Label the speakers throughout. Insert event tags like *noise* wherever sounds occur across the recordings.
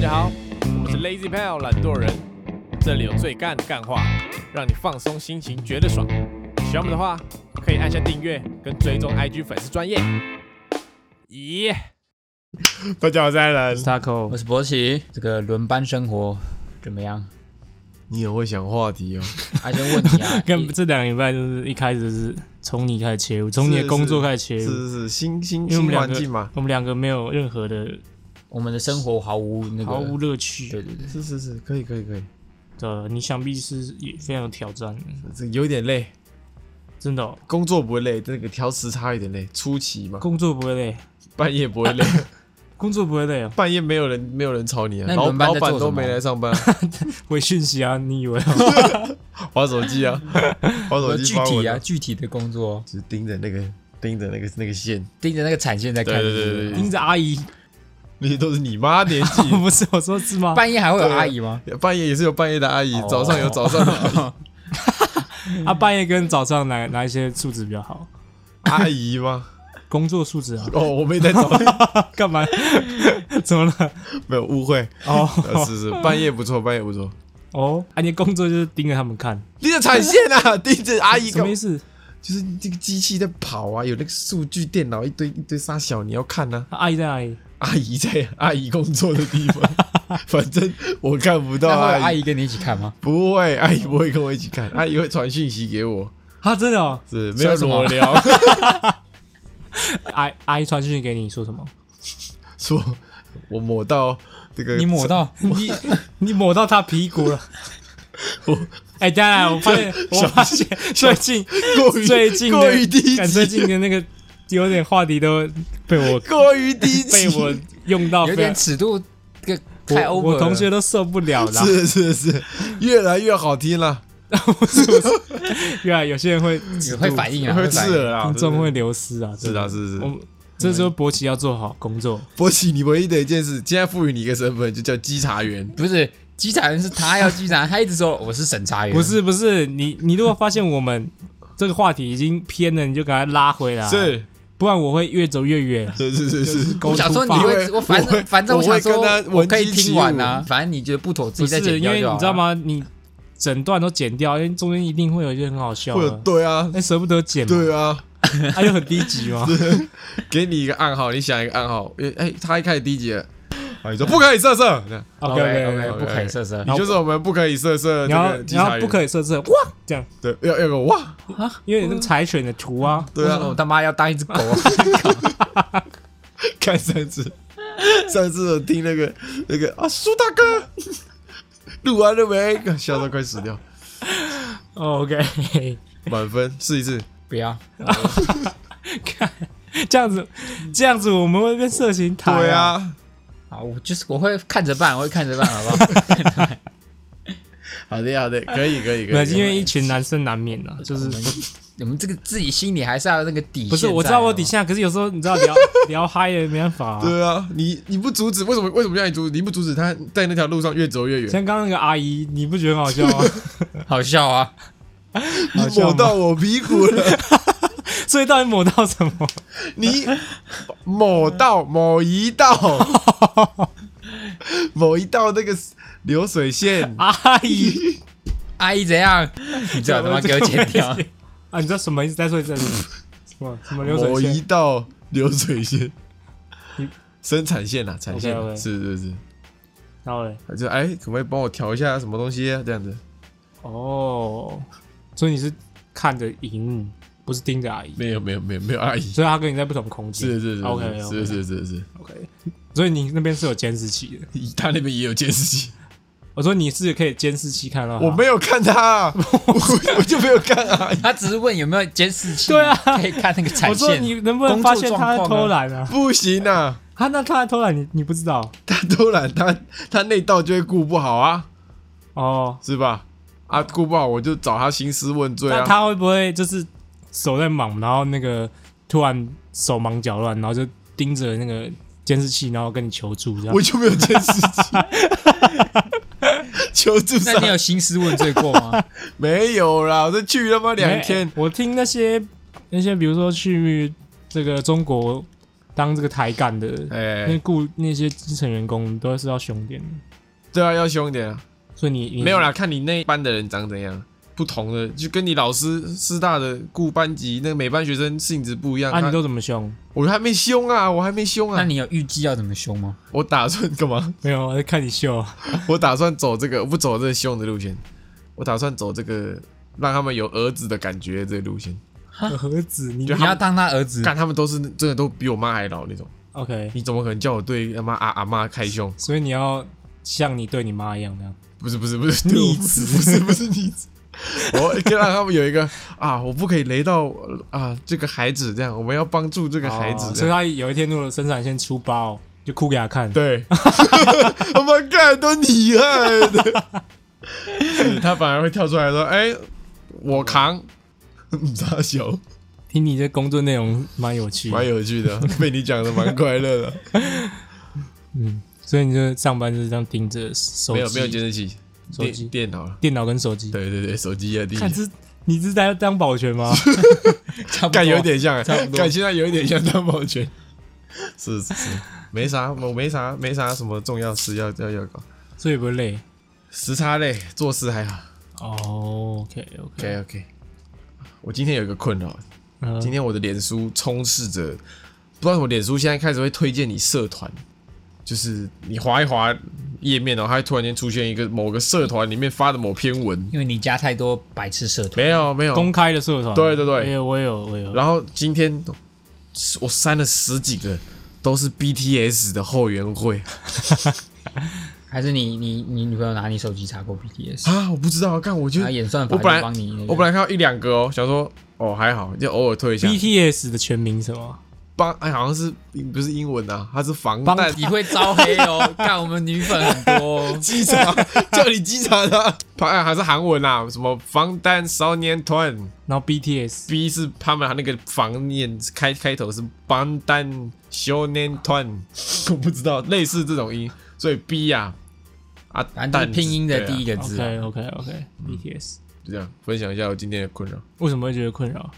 Speaker 1: 家好，我是 Lazy Pal 懒惰人，这里有最干的干话，让你放松心情，觉得爽。喜欢我们的话，可以按下订阅跟追踪 IG 粉丝专业。咦，大家好，我是艾伦
Speaker 2: s。t a c o，
Speaker 3: 我是博奇，这个轮班生活怎么样？
Speaker 4: 你很会想话题哦，
Speaker 3: 啊，先问你啊
Speaker 2: *laughs* 跟这两个礼拜就是一开始就是从你开始切入，从你的
Speaker 4: 是
Speaker 2: 工作开始切
Speaker 4: 是
Speaker 2: 入，
Speaker 4: 是是，新新
Speaker 2: 因为我们
Speaker 4: 新
Speaker 2: 两
Speaker 4: 环
Speaker 2: 个
Speaker 4: 境嘛，
Speaker 2: 我们两个没有任何的
Speaker 3: 我们的生活毫无那个，
Speaker 2: 毫无乐趣
Speaker 3: 对对对，
Speaker 4: 是是是，可以可以可以，
Speaker 2: 的，你想必是也非常有挑战，
Speaker 4: 这有点累，
Speaker 2: 真的哦、
Speaker 4: 工作不会累，这个调时差有点累，初期嘛，
Speaker 2: 工作不会累，
Speaker 4: 半夜不会
Speaker 3: *laughs*
Speaker 4: 累，
Speaker 2: 工作不会累哦，
Speaker 4: 半夜没有人没有人吵你啊，
Speaker 3: 那你
Speaker 4: 老
Speaker 3: 们班
Speaker 4: 老
Speaker 3: 在
Speaker 4: 板
Speaker 3: 做
Speaker 4: 都
Speaker 3: 什么
Speaker 4: 没来上班啊， *laughs*
Speaker 2: 回讯息啊，你以 *laughs* 为哦？
Speaker 4: 划手
Speaker 3: *laughs*
Speaker 4: 机啊，划手
Speaker 3: 呃
Speaker 4: 机
Speaker 3: 具
Speaker 4: 发
Speaker 3: 体
Speaker 4: 文
Speaker 3: 啊，，具体的工作，
Speaker 4: 只盯着那个盯着那个那个线，
Speaker 3: 盯着那个产线在看，
Speaker 4: 对对对
Speaker 3: 是不是
Speaker 4: 对对
Speaker 2: 盯着阿姨，，
Speaker 4: 那些都是你妈年纪
Speaker 3: *laughs*
Speaker 2: 不是 *laughs* 我说是吗？
Speaker 3: 半夜还会有
Speaker 4: 对啊
Speaker 3: 阿姨吗？
Speaker 4: 半夜也是有半夜的阿姨
Speaker 3: 哦，
Speaker 4: 早上有早上的阿
Speaker 3: *laughs*
Speaker 4: 姨
Speaker 2: 啊，半夜跟早上哪哪一些素质比较好？
Speaker 4: 阿姨吗？
Speaker 2: 工作素质好，
Speaker 4: 哦，我没在找，
Speaker 2: *laughs* 干嘛？ *laughs* 怎么了？
Speaker 4: *laughs* 没有误会，
Speaker 2: 哦
Speaker 4: 呃是是，半夜不错，半夜不错。
Speaker 2: 哦，啊，你的工作就是盯着他们看，
Speaker 4: 盯着产线啊， *laughs* 盯着阿姨
Speaker 2: 什
Speaker 4: 搞
Speaker 2: 么意思？
Speaker 4: 就是这个机器在跑啊，有那个数据电脑一堆一堆沙小，你要看呐、
Speaker 2: 啊阿姨在哪里？
Speaker 4: 阿姨在阿姨工作的地方，
Speaker 2: *laughs*
Speaker 4: 反正我看不到
Speaker 3: 那会有
Speaker 4: 阿
Speaker 3: 阿
Speaker 4: 姨，
Speaker 3: 姨跟你一起看吗？
Speaker 4: 不会，
Speaker 2: 哦
Speaker 4: 阿姨不会跟我一起看，阿姨会传讯息给我，
Speaker 2: 啊，真的哦，
Speaker 4: 是没
Speaker 3: 说
Speaker 4: 有
Speaker 3: 什么
Speaker 4: 裸聊，
Speaker 2: 阿阿姨传讯息给你说什么？
Speaker 4: *laughs* 说我抹到这个，
Speaker 3: 你抹到
Speaker 2: 你你抹到他屁股了。哎、当然，我发现，我发现 *laughs* 最近
Speaker 4: 过于
Speaker 2: 最近的
Speaker 4: 过于低
Speaker 2: 感最
Speaker 4: 级，
Speaker 2: 近的那个有点话题都被我
Speaker 4: 过于低级，
Speaker 2: 被我用
Speaker 4: 啊
Speaker 2: 到
Speaker 3: 有
Speaker 2: 非
Speaker 3: 点
Speaker 2: 常，
Speaker 3: 尺度，这个
Speaker 2: 我
Speaker 3: 太 over
Speaker 2: 我同
Speaker 3: 了
Speaker 2: 学都受不了了。
Speaker 4: 是是是，越来越好听了，
Speaker 2: *laughs* 原来有些人会
Speaker 3: 有会反应啊，
Speaker 4: 会
Speaker 3: 反
Speaker 4: 刺
Speaker 3: 应。
Speaker 4: 耳啦，
Speaker 2: 听众会流失啊，
Speaker 4: 是
Speaker 2: 真的
Speaker 4: 啊是是
Speaker 2: 我们这时候博奇要做好工作，
Speaker 4: *laughs* 博奇，你唯一的一件事，现在赋予你一个身份，就叫稽查员。
Speaker 3: 不是稽查员是他要稽 *laughs* 查，他一直说我是审查员，
Speaker 2: 不是不是，你你如果发现我们这个话题已经偏了，你就赶快拉回来，啊
Speaker 4: 是
Speaker 2: 不然我会越走
Speaker 3: *laughs*
Speaker 2: 越远。
Speaker 4: 是是是是，
Speaker 3: 我想说你
Speaker 4: 因
Speaker 3: 会，
Speaker 4: 为
Speaker 3: 我反
Speaker 4: 我会
Speaker 3: 正反正
Speaker 4: 我会
Speaker 3: 想说
Speaker 4: 跟他
Speaker 3: 我可以
Speaker 4: 闻鸡起
Speaker 3: 听完
Speaker 4: 舞
Speaker 3: 啊，反正你觉得不妥，自
Speaker 2: 不
Speaker 3: 己再
Speaker 2: 是
Speaker 3: 剪
Speaker 2: 因
Speaker 3: 掉
Speaker 2: 为
Speaker 3: 就好
Speaker 2: 你知道
Speaker 3: 了？
Speaker 2: 吗？你整段都剪掉，因为中间一定会有一些很好笑
Speaker 4: 会有
Speaker 2: 的，哎
Speaker 4: *laughs*
Speaker 2: *laughs*
Speaker 4: 对啊，
Speaker 2: 那舍不得剪嘛，
Speaker 4: 对啊，
Speaker 2: 他就很低级
Speaker 4: *laughs*
Speaker 2: 嘛。
Speaker 4: 给你一个暗号，你想一个暗号，哎、哎，他一开始第一集了，啊，你说不可以色色，这样
Speaker 2: OK OK，嗯
Speaker 4: OK，OK，
Speaker 3: 不可以色色
Speaker 4: 你。就是我们不可以色色
Speaker 2: 然
Speaker 4: 这
Speaker 2: 后
Speaker 4: 个稽
Speaker 2: 然
Speaker 4: 查
Speaker 2: 后
Speaker 4: 员，
Speaker 2: 不可以设置哇这样，
Speaker 4: 对，要要个哇，
Speaker 2: 因为有那个柴犬的图
Speaker 3: *laughs*
Speaker 2: 啊，
Speaker 4: 对
Speaker 3: 为什么我
Speaker 4: 啊，
Speaker 3: 他妈要当一只狗啊！
Speaker 4: *laughs*
Speaker 3: *laughs*
Speaker 4: 看上次，上次我听那个那个啊，苏大哥，录完了没？笑到快死掉，
Speaker 2: 哦 *laughs* OK，
Speaker 4: 满分试一次，
Speaker 3: 不要，
Speaker 2: 这样子这样子我们会变色情台。
Speaker 4: 对，啊，
Speaker 3: 啊，我就是我会看着办，我会看着办，好不
Speaker 2: *laughs*
Speaker 3: 好？
Speaker 4: 好的好的，可以可以可
Speaker 2: 没有，
Speaker 4: 以，
Speaker 2: 因为一群男生难免啊，就是
Speaker 3: 我们这个自己心里还是要有那个底线在。哦
Speaker 2: 不是我知道我底
Speaker 3: 线，
Speaker 2: 下，可是有时候你知道
Speaker 3: *laughs*
Speaker 2: 聊聊嗨了没办法啊。
Speaker 4: 对啊，你你不阻止，为什么为什么让你阻止？你不阻止他在那条路上越走越远，
Speaker 2: 像刚刚那个阿姨，你不觉得很好
Speaker 3: *laughs*
Speaker 2: 笑吗？
Speaker 3: 好笑啊！
Speaker 2: 好
Speaker 4: 你
Speaker 2: 笑
Speaker 4: 抹
Speaker 2: 吗？
Speaker 4: 到我屁
Speaker 2: *laughs*
Speaker 4: 股了。
Speaker 2: 所以到底抹到什么？
Speaker 4: 你某道某一道 *laughs* 某一道那个流水线，
Speaker 2: 阿姨，
Speaker 3: 阿姨怎样？你最好他妈给我剪掉。
Speaker 2: *laughs* 啊，你知道什么意思？再说一次，再说一次什么什么流
Speaker 4: 某
Speaker 2: 水
Speaker 4: 一
Speaker 2: 线？
Speaker 4: 道流水线
Speaker 2: 你，
Speaker 4: 生产线啊，产线啊
Speaker 2: OK，OK
Speaker 4: 是是是，
Speaker 2: 然后嘞，
Speaker 4: 他就哎，可不可以帮我调一下什么东西啊？这样子，
Speaker 2: 哦，所以你是看着荧幕，不是盯着阿姨，
Speaker 4: 没有没有没有没有阿姨，
Speaker 2: 所以她跟你在不同空间。
Speaker 4: 是是是
Speaker 2: OK，
Speaker 4: 是是是是
Speaker 2: OK。所以你那边是有监视器的。
Speaker 4: 是，他那边也有监视器，
Speaker 2: 我说你是可以监视器看到她。
Speaker 4: 我没有看他，啊我 *laughs* 我就没有看啊阿姨，
Speaker 3: 他只是问有没有监视器，
Speaker 2: *laughs* 对啊
Speaker 3: 可以看那个
Speaker 2: 我
Speaker 3: 产
Speaker 2: 说
Speaker 3: 线。
Speaker 2: 你能不能发现她在偷懒啊？
Speaker 4: 不行啊，
Speaker 2: 她那她在偷懒，你你不知道
Speaker 4: 他偷懒，他他那道就会顾不好啊。
Speaker 2: 哦？
Speaker 4: 是吧？啊，顾不好我就找他兴师问罪
Speaker 2: 那
Speaker 4: 啊。
Speaker 2: 他会不会就是手在忙，然后那个突然手忙脚乱，然后就盯着那个监视器，然后跟你求助这样
Speaker 4: 我？就没有监视
Speaker 2: *laughs*
Speaker 4: 器，求助
Speaker 3: 那
Speaker 4: 上
Speaker 3: 你有兴师问罪过吗？
Speaker 4: 没有啦，我这
Speaker 2: *laughs*
Speaker 4: 去他妈两
Speaker 2: 没
Speaker 4: 天，
Speaker 2: 我听那些那些，比如说去这个中国。当这个台干的，那
Speaker 4: 哎，
Speaker 2: 雇那些基层员工都是要凶点的，
Speaker 4: 对啊，要凶一点啊。
Speaker 2: 所以你你
Speaker 4: 没有啦，看你那一班的人长怎样，不同的就跟你老师师大的顾班级，那每班学生性质不一样。
Speaker 2: 啊？
Speaker 4: 他
Speaker 2: 你都怎么凶？
Speaker 4: 我还没凶啊，我还没凶
Speaker 3: 那
Speaker 4: 啊，
Speaker 3: 你有预计要怎么凶吗？
Speaker 4: 我打算干嘛？
Speaker 2: 没有，我在看你秀
Speaker 4: *laughs*
Speaker 2: 啊。
Speaker 4: 我打算走这个，我不走这个凶的路线，我打算走这个让他们有儿子的感觉的这个路线。
Speaker 2: 盒子，你
Speaker 4: 就
Speaker 3: 你
Speaker 4: 他
Speaker 3: 要
Speaker 4: 们
Speaker 3: 当他儿子，
Speaker 4: 看他们都是真的都比我妈还老那种，
Speaker 2: OK，
Speaker 4: 你怎么可能叫我对他妈阿阿妈开胸？
Speaker 2: 所以你要像你对你妈一样那样。
Speaker 4: 不是不是不是逆子，不是不是逆子，我就让他们有一个啊，我不可以雷到啊这个孩子这样，我们要帮助这个孩子
Speaker 2: 哦
Speaker 4: 这
Speaker 2: 所以
Speaker 4: 样。
Speaker 2: 他有一天如果生产线出包，就哭给他看。
Speaker 4: 对， *laughs* 他妈干都你害的， *laughs* 是他反而会跳出来说：“哎、我扛。” *laughs* 傻小，
Speaker 2: 听你这工作内容蛮有趣的，
Speaker 4: 蛮有趣的， *laughs* 被你讲的蛮快乐的。
Speaker 2: 嗯，所以你就上班就是这样盯着手机，
Speaker 4: 没有没有监视器，
Speaker 2: 手
Speaker 4: 电
Speaker 2: 机
Speaker 4: 电脑了。
Speaker 2: 电脑跟手机。
Speaker 4: 对对对，手机啊，地
Speaker 2: 看这你是在当保全
Speaker 4: *laughs*
Speaker 2: 吗？
Speaker 3: 差不多
Speaker 4: 干有点像，
Speaker 3: 差不多
Speaker 4: 干现在有一点像当保全。是是是，没啥，我没啥，没啥什么重要事要要要搞。
Speaker 2: 所以不会累。
Speaker 4: 时差累，做事还好。
Speaker 2: 哦，OK OK，
Speaker 4: OK OK。我今天有一个困扰，
Speaker 2: 嗯
Speaker 4: 今天我的脸书充斥着，不知道为什么脸书现在开始会推荐你社团，就是你划一划页面，然后它会突然间出现一个某个社团里面发的某篇文，
Speaker 3: 因为你加太多白痴社团，
Speaker 4: 没有没有，
Speaker 2: 公开的社团，
Speaker 4: 对对对
Speaker 2: 我有我有我有，
Speaker 4: 然后今天我删了十几个，都是 BTS 的后援会
Speaker 3: 还是你你你女朋友拿你手机查过 BTS，
Speaker 4: 啊！我不知道，干我就
Speaker 3: 她演算法
Speaker 4: 我
Speaker 3: 就
Speaker 4: 本来
Speaker 3: 帮你那个。
Speaker 4: 我本来看到一两个哦，想说哦还好，就偶尔推一下。
Speaker 2: BTS 的全名什么？
Speaker 4: 帮哎好像是不是英文啊，它是防
Speaker 2: 帮
Speaker 4: 弹
Speaker 3: 你会招黑
Speaker 2: *laughs*
Speaker 3: 哦，看我们女粉很多哦、
Speaker 4: *laughs* 机场，叫你机场啊， *laughs* 防哎还是韩文啊，什么防弹少年团
Speaker 2: 然后 BTS
Speaker 4: B 是他们那个防念开开头是防弹少年团， *laughs* 我不知道类似这种音，所以 B 呀啊，
Speaker 3: 反正就是拼音的第一
Speaker 4: 个，
Speaker 3: 个字啊、
Speaker 2: OK OK OK BTS，
Speaker 4: 对啊就这样分享一下我今天的困扰。
Speaker 2: 为什么会觉得困扰？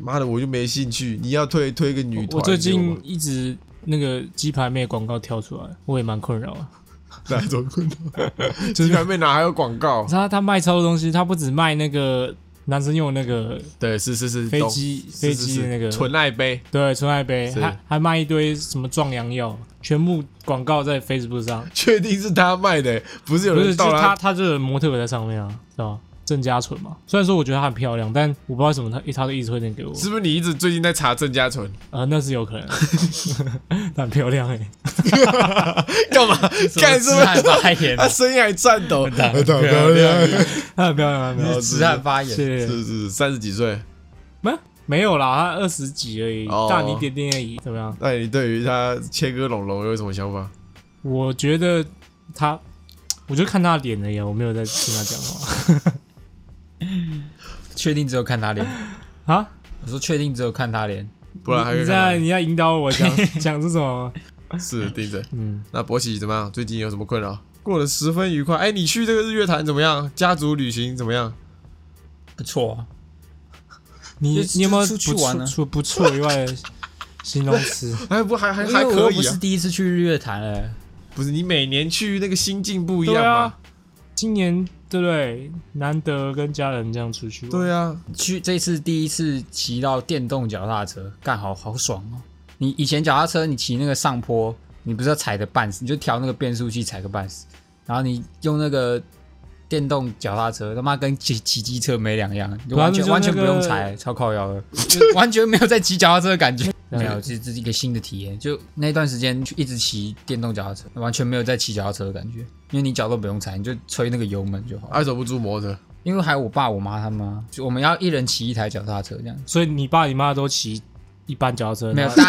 Speaker 4: 妈的，我就没兴趣，你要推推个女团给
Speaker 2: 我
Speaker 4: 我，
Speaker 2: 最近一直那个鸡排妹广告跳出来，我也蛮困扰啊。
Speaker 4: *laughs* 哪种困
Speaker 2: *laughs*
Speaker 4: 扰？就是还没拿还有广告，
Speaker 2: 他他卖超多东西，他不止卖那个男生用的那个
Speaker 4: 对，是是是，
Speaker 2: 飞
Speaker 4: 懂
Speaker 2: 机
Speaker 4: 是
Speaker 2: 飞
Speaker 4: 是
Speaker 2: 机
Speaker 4: 是
Speaker 2: 的那个，
Speaker 4: 纯爱杯，
Speaker 2: 对纯爱杯，
Speaker 4: 是
Speaker 2: 还还卖一堆什么壮阳药，全部广告在 Facebook 上，
Speaker 4: 确定是他卖的，不是有
Speaker 2: 不是
Speaker 4: 人
Speaker 2: 就
Speaker 4: 到
Speaker 2: 是他
Speaker 4: 他
Speaker 2: 他这个模特在上面啊，知道吧？郑嘉纯嘛，虽然说我觉得她很漂亮，但我不知道为什么她她都一直推荐给我，
Speaker 4: 是不是你一直最近在查郑家纯？
Speaker 2: 呃，那是有可能， *laughs* 她很漂亮哎、欸， *laughs*
Speaker 4: 干嘛？干什
Speaker 3: 痴
Speaker 4: 么？
Speaker 3: 汉发言
Speaker 4: 他，声音还颤抖，
Speaker 3: 大
Speaker 4: 很漂亮，
Speaker 2: 她很漂亮，她很漂亮，
Speaker 3: 哦痴汉发言，
Speaker 2: 谢谢。
Speaker 4: 啊是是三十几岁。
Speaker 2: 没没有啦，她二十几而已，
Speaker 4: 哦
Speaker 2: 大你一点点而已，怎么样？
Speaker 4: 那你对于他切割龙龙有什么想法？
Speaker 2: 我觉得她，我就看她的脸而已啊，我没有在听她讲话 *laughs*
Speaker 3: 确定只有看他脸。
Speaker 2: 啊。
Speaker 3: 我说确定只有看他脸，
Speaker 4: 不然还可
Speaker 2: 你
Speaker 4: 以
Speaker 2: 在
Speaker 4: 干
Speaker 2: 你在引导我
Speaker 4: *laughs*
Speaker 2: 讲讲这种，
Speaker 4: 嘛是盯着。
Speaker 2: 嗯，
Speaker 4: 那博喜怎么样？最近有什么困扰？过得十分愉快。哎，你去这个日月潭怎么样？家族旅行怎么样？
Speaker 3: 不错、啊，
Speaker 2: 你
Speaker 3: 就
Speaker 2: 你有没有
Speaker 3: 就
Speaker 2: 不
Speaker 3: 出去玩
Speaker 2: 错
Speaker 3: 啊
Speaker 2: 除不错以外的形容
Speaker 3: *laughs*
Speaker 2: 词？
Speaker 4: 还哎不还还
Speaker 3: 因
Speaker 4: 还
Speaker 3: 为我
Speaker 4: 可
Speaker 3: 又不
Speaker 4: 以啊
Speaker 3: 是？第一次去日月潭哎了，
Speaker 4: 不是你每年去那个心境不一
Speaker 2: 对
Speaker 4: 样吗
Speaker 2: 啊？，今年对不对？难得跟家人这样出去玩，
Speaker 4: 对啊，
Speaker 3: 去这次第一次骑到电动脚踏车，干好好爽哦！你以前脚踏车你骑那个上坡，你不是要踩个半死，你就调那个变速器踩个半死，然后你用那个电动脚踏车，他妈跟骑骑机车没两样，你就
Speaker 2: 对啊
Speaker 3: 完全、
Speaker 2: 那就那个
Speaker 3: 完全不用踩，超靠腰的， *laughs* 就完全没有在骑脚踏车的
Speaker 2: *laughs*
Speaker 3: 感觉。
Speaker 2: 对
Speaker 3: 没有，这这是一个新的体验。就那段时间就一直骑电动脚踏车，完全没有在骑脚踏车的感觉，因为你脚都不用踩，你就吹那个油门就好。
Speaker 4: 爱走不租摩托车。
Speaker 3: 因为还有我爸、我妈他们啊，就我们要一人骑一台脚踏车这样。
Speaker 2: 所以你爸你妈都骑一般脚踏车，
Speaker 3: 没有
Speaker 2: 然后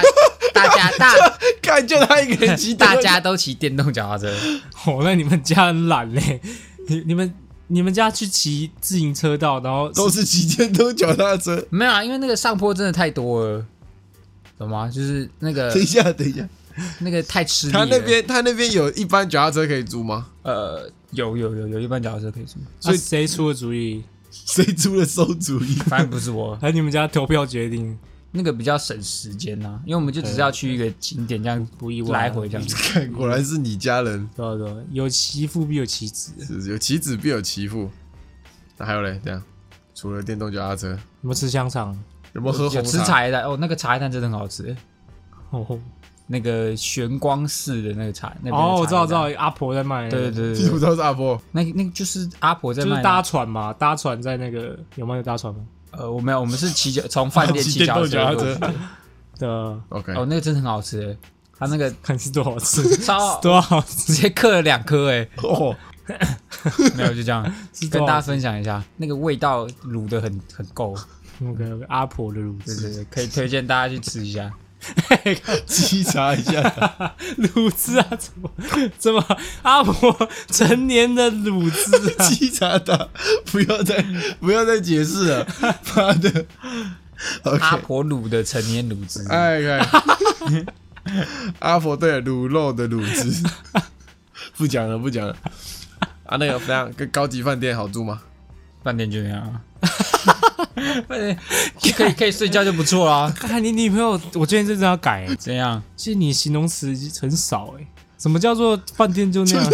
Speaker 3: 大大家大，
Speaker 4: 看，就他一个人骑 *laughs*
Speaker 3: 大家都骑电动脚踏车，
Speaker 2: 哦，那你们家很懒嘞， *laughs* 你你们你们家去骑自行车道，然后
Speaker 4: 都是骑电动脚踏 *laughs* 车。
Speaker 3: 没有啊，因为那个上坡真的太多了，懂吗？就是那
Speaker 4: *laughs*
Speaker 3: 个
Speaker 4: 等一下，等一下，
Speaker 3: 那个太吃力了。
Speaker 4: 他那边他那边有一般脚踏车可以租吗？
Speaker 3: 呃有有有有一般脚踏车可以租，
Speaker 2: 所
Speaker 4: 所
Speaker 2: 以
Speaker 4: 以
Speaker 2: 啊谁出的主意？，
Speaker 4: 谁出了馊主意？ *laughs*
Speaker 3: 反正不是我
Speaker 2: 还是你们家投票决定？
Speaker 3: 那个比较省时间呐、因为我们就只是要去一个景点这样
Speaker 2: 不意外
Speaker 3: 来回这样子。
Speaker 4: 看，果然是你家人，
Speaker 2: 对啊对啊，有其父必有其子。
Speaker 4: 是有其子必有其父。那还有嘞，这样除了电动脚踏车，
Speaker 2: 有没有吃香肠？
Speaker 4: 有没有喝
Speaker 3: 有
Speaker 4: 红
Speaker 3: 吃
Speaker 4: 茶？ *laughs*
Speaker 3: 茶叶蛋哦，那个茶叶蛋真的很好吃，
Speaker 2: 哦，
Speaker 3: 那个玄光寺的那个茶，那边的茶叶
Speaker 2: 哦，我知道，我知道
Speaker 3: 蛋，，
Speaker 2: 阿婆在卖。
Speaker 3: 对对对
Speaker 4: 其实
Speaker 3: 对
Speaker 4: 不，知道是阿波，
Speaker 3: 那那个就是阿婆在
Speaker 2: 就
Speaker 3: 卖
Speaker 2: 是
Speaker 3: 的啊
Speaker 2: 搭船嘛，搭船在那个有没有搭船吗？
Speaker 3: 呃，我没有，我们是骑脚从饭
Speaker 2: *laughs*
Speaker 3: 店
Speaker 4: 骑
Speaker 3: 骑
Speaker 4: 电
Speaker 3: 脚
Speaker 4: 动
Speaker 3: 踏车
Speaker 4: 脚踏
Speaker 3: 过去
Speaker 4: 车。
Speaker 2: 对啊，
Speaker 4: OK，
Speaker 3: 哦，那个真的很好吃，它那个
Speaker 2: 看是多好吃，
Speaker 3: 超
Speaker 2: *laughs* 多好
Speaker 3: 直
Speaker 2: 吃。
Speaker 3: 接刻了两颗哎，
Speaker 4: 哦，
Speaker 3: 没有就这样
Speaker 2: *laughs* 是多
Speaker 3: 跟
Speaker 2: 好
Speaker 3: 大家分享一下，那个味道卤的很很够，
Speaker 2: 那个阿婆的卤
Speaker 3: 对
Speaker 2: 汁，
Speaker 3: 对对，可以推荐大家去吃一
Speaker 2: *laughs*
Speaker 3: 下。
Speaker 4: 稽查一下， *laughs*
Speaker 2: 卤汁啊，怎么怎么阿婆成年的卤汁啊？
Speaker 4: 稽查他，不要再不要再解释了，妈的。
Speaker 3: 阿
Speaker 4: OK，
Speaker 3: 婆卤的成年卤汁，
Speaker 4: 哎哎，阿婆对卤肉的卤汁， *laughs* 不讲了不讲了。啊，那个怎样？跟高级饭店好住吗？
Speaker 3: 饭店就那样啊，
Speaker 2: *laughs*
Speaker 3: 饭店可以可以睡觉就不错啦。
Speaker 2: *laughs* 看你女朋友，我最近真的要改欸。
Speaker 3: 怎样？
Speaker 2: 其实你形容词很少哎，什么叫做饭店就那样？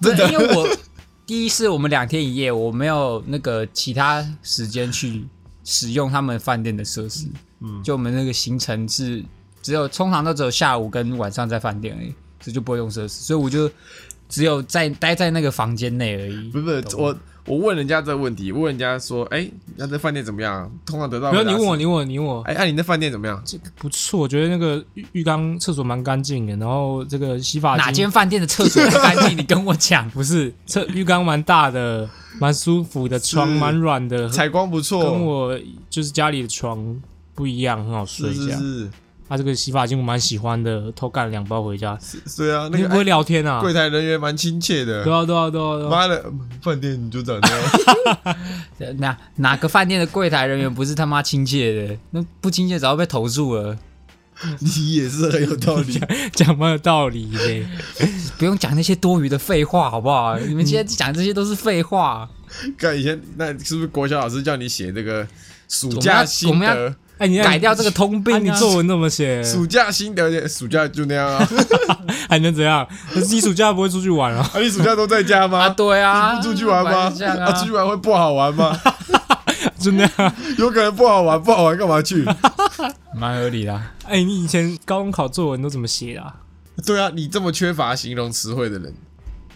Speaker 3: 不是因为我第一是我们两天一夜，我没有那个其他时间去使用他们饭店的设施。嗯，就我们那个行程是只有通常都只有下午跟晚上在饭店而已，所以就不会用设施，所以我就只有在待在那个房间内而已。
Speaker 4: 不是不是，我我问人家这个问题，问人家说，哎，那这饭店怎么样？通常得到
Speaker 2: 没有，你
Speaker 4: 回答
Speaker 2: 问
Speaker 4: 是
Speaker 2: 我，，你问我，你问我，
Speaker 4: 哎，那你那饭店怎么样？
Speaker 2: 这个不错，我觉得那个浴浴缸、厕所蛮干净的，然后这个洗发
Speaker 3: 哪
Speaker 2: 精。
Speaker 3: 间饭店的厕所不干净？你跟我讲 *laughs*
Speaker 2: 不是厕浴缸蛮大的，蛮舒服的，床蛮软的，
Speaker 4: 采光不
Speaker 3: 哦
Speaker 4: 错，
Speaker 2: 跟我就是家里的床不一样，很好睡
Speaker 4: 是
Speaker 2: 这
Speaker 4: 是
Speaker 2: 样。
Speaker 4: 是，
Speaker 2: 它这个洗发精我蛮喜欢的，偷干了两包回家。
Speaker 4: 对啊，
Speaker 2: 你
Speaker 4: 那
Speaker 2: 不会
Speaker 4: 个
Speaker 2: 聊天啊
Speaker 4: 哎？柜台人员蛮亲切的
Speaker 2: 对。啊，对啊，对啊，对啊。
Speaker 4: 妈的，饭店你就长这样，
Speaker 3: 哪哪个饭店的柜台人员不是他妈亲切的？那不亲切早就被投诉了。
Speaker 4: 你也是很有道理。
Speaker 2: 讲蛮有道理嘞。
Speaker 3: 不用讲那些多余的废话，好不好？你们今天讲这些都是废话。
Speaker 4: 看以前那是不是国小老师叫你写这个暑
Speaker 3: 我们
Speaker 4: 假
Speaker 3: 要
Speaker 4: 心
Speaker 3: 我们
Speaker 4: 得
Speaker 3: 要？
Speaker 2: 哎，你
Speaker 3: 改掉这个通病
Speaker 2: 啊
Speaker 3: 啊！
Speaker 2: 你作文那么写，
Speaker 4: 暑假心得，暑假就那样啊。
Speaker 2: 还能怎样？可是你暑假不会出去玩啊？ *laughs*
Speaker 4: 啊，你暑假都在家
Speaker 3: 啊，
Speaker 4: 吗？
Speaker 3: 对啊，
Speaker 4: 不出去玩吗
Speaker 3: 反正这样？
Speaker 4: 啊，出去玩会不好玩吗？
Speaker 2: 就那样。
Speaker 4: 有可能不好玩，不好玩干嘛去？
Speaker 3: 蛮合理的啊。
Speaker 2: 哎，你以前高中考作文都怎么写的啊？
Speaker 4: 对啊，你这么缺乏形容词汇的人，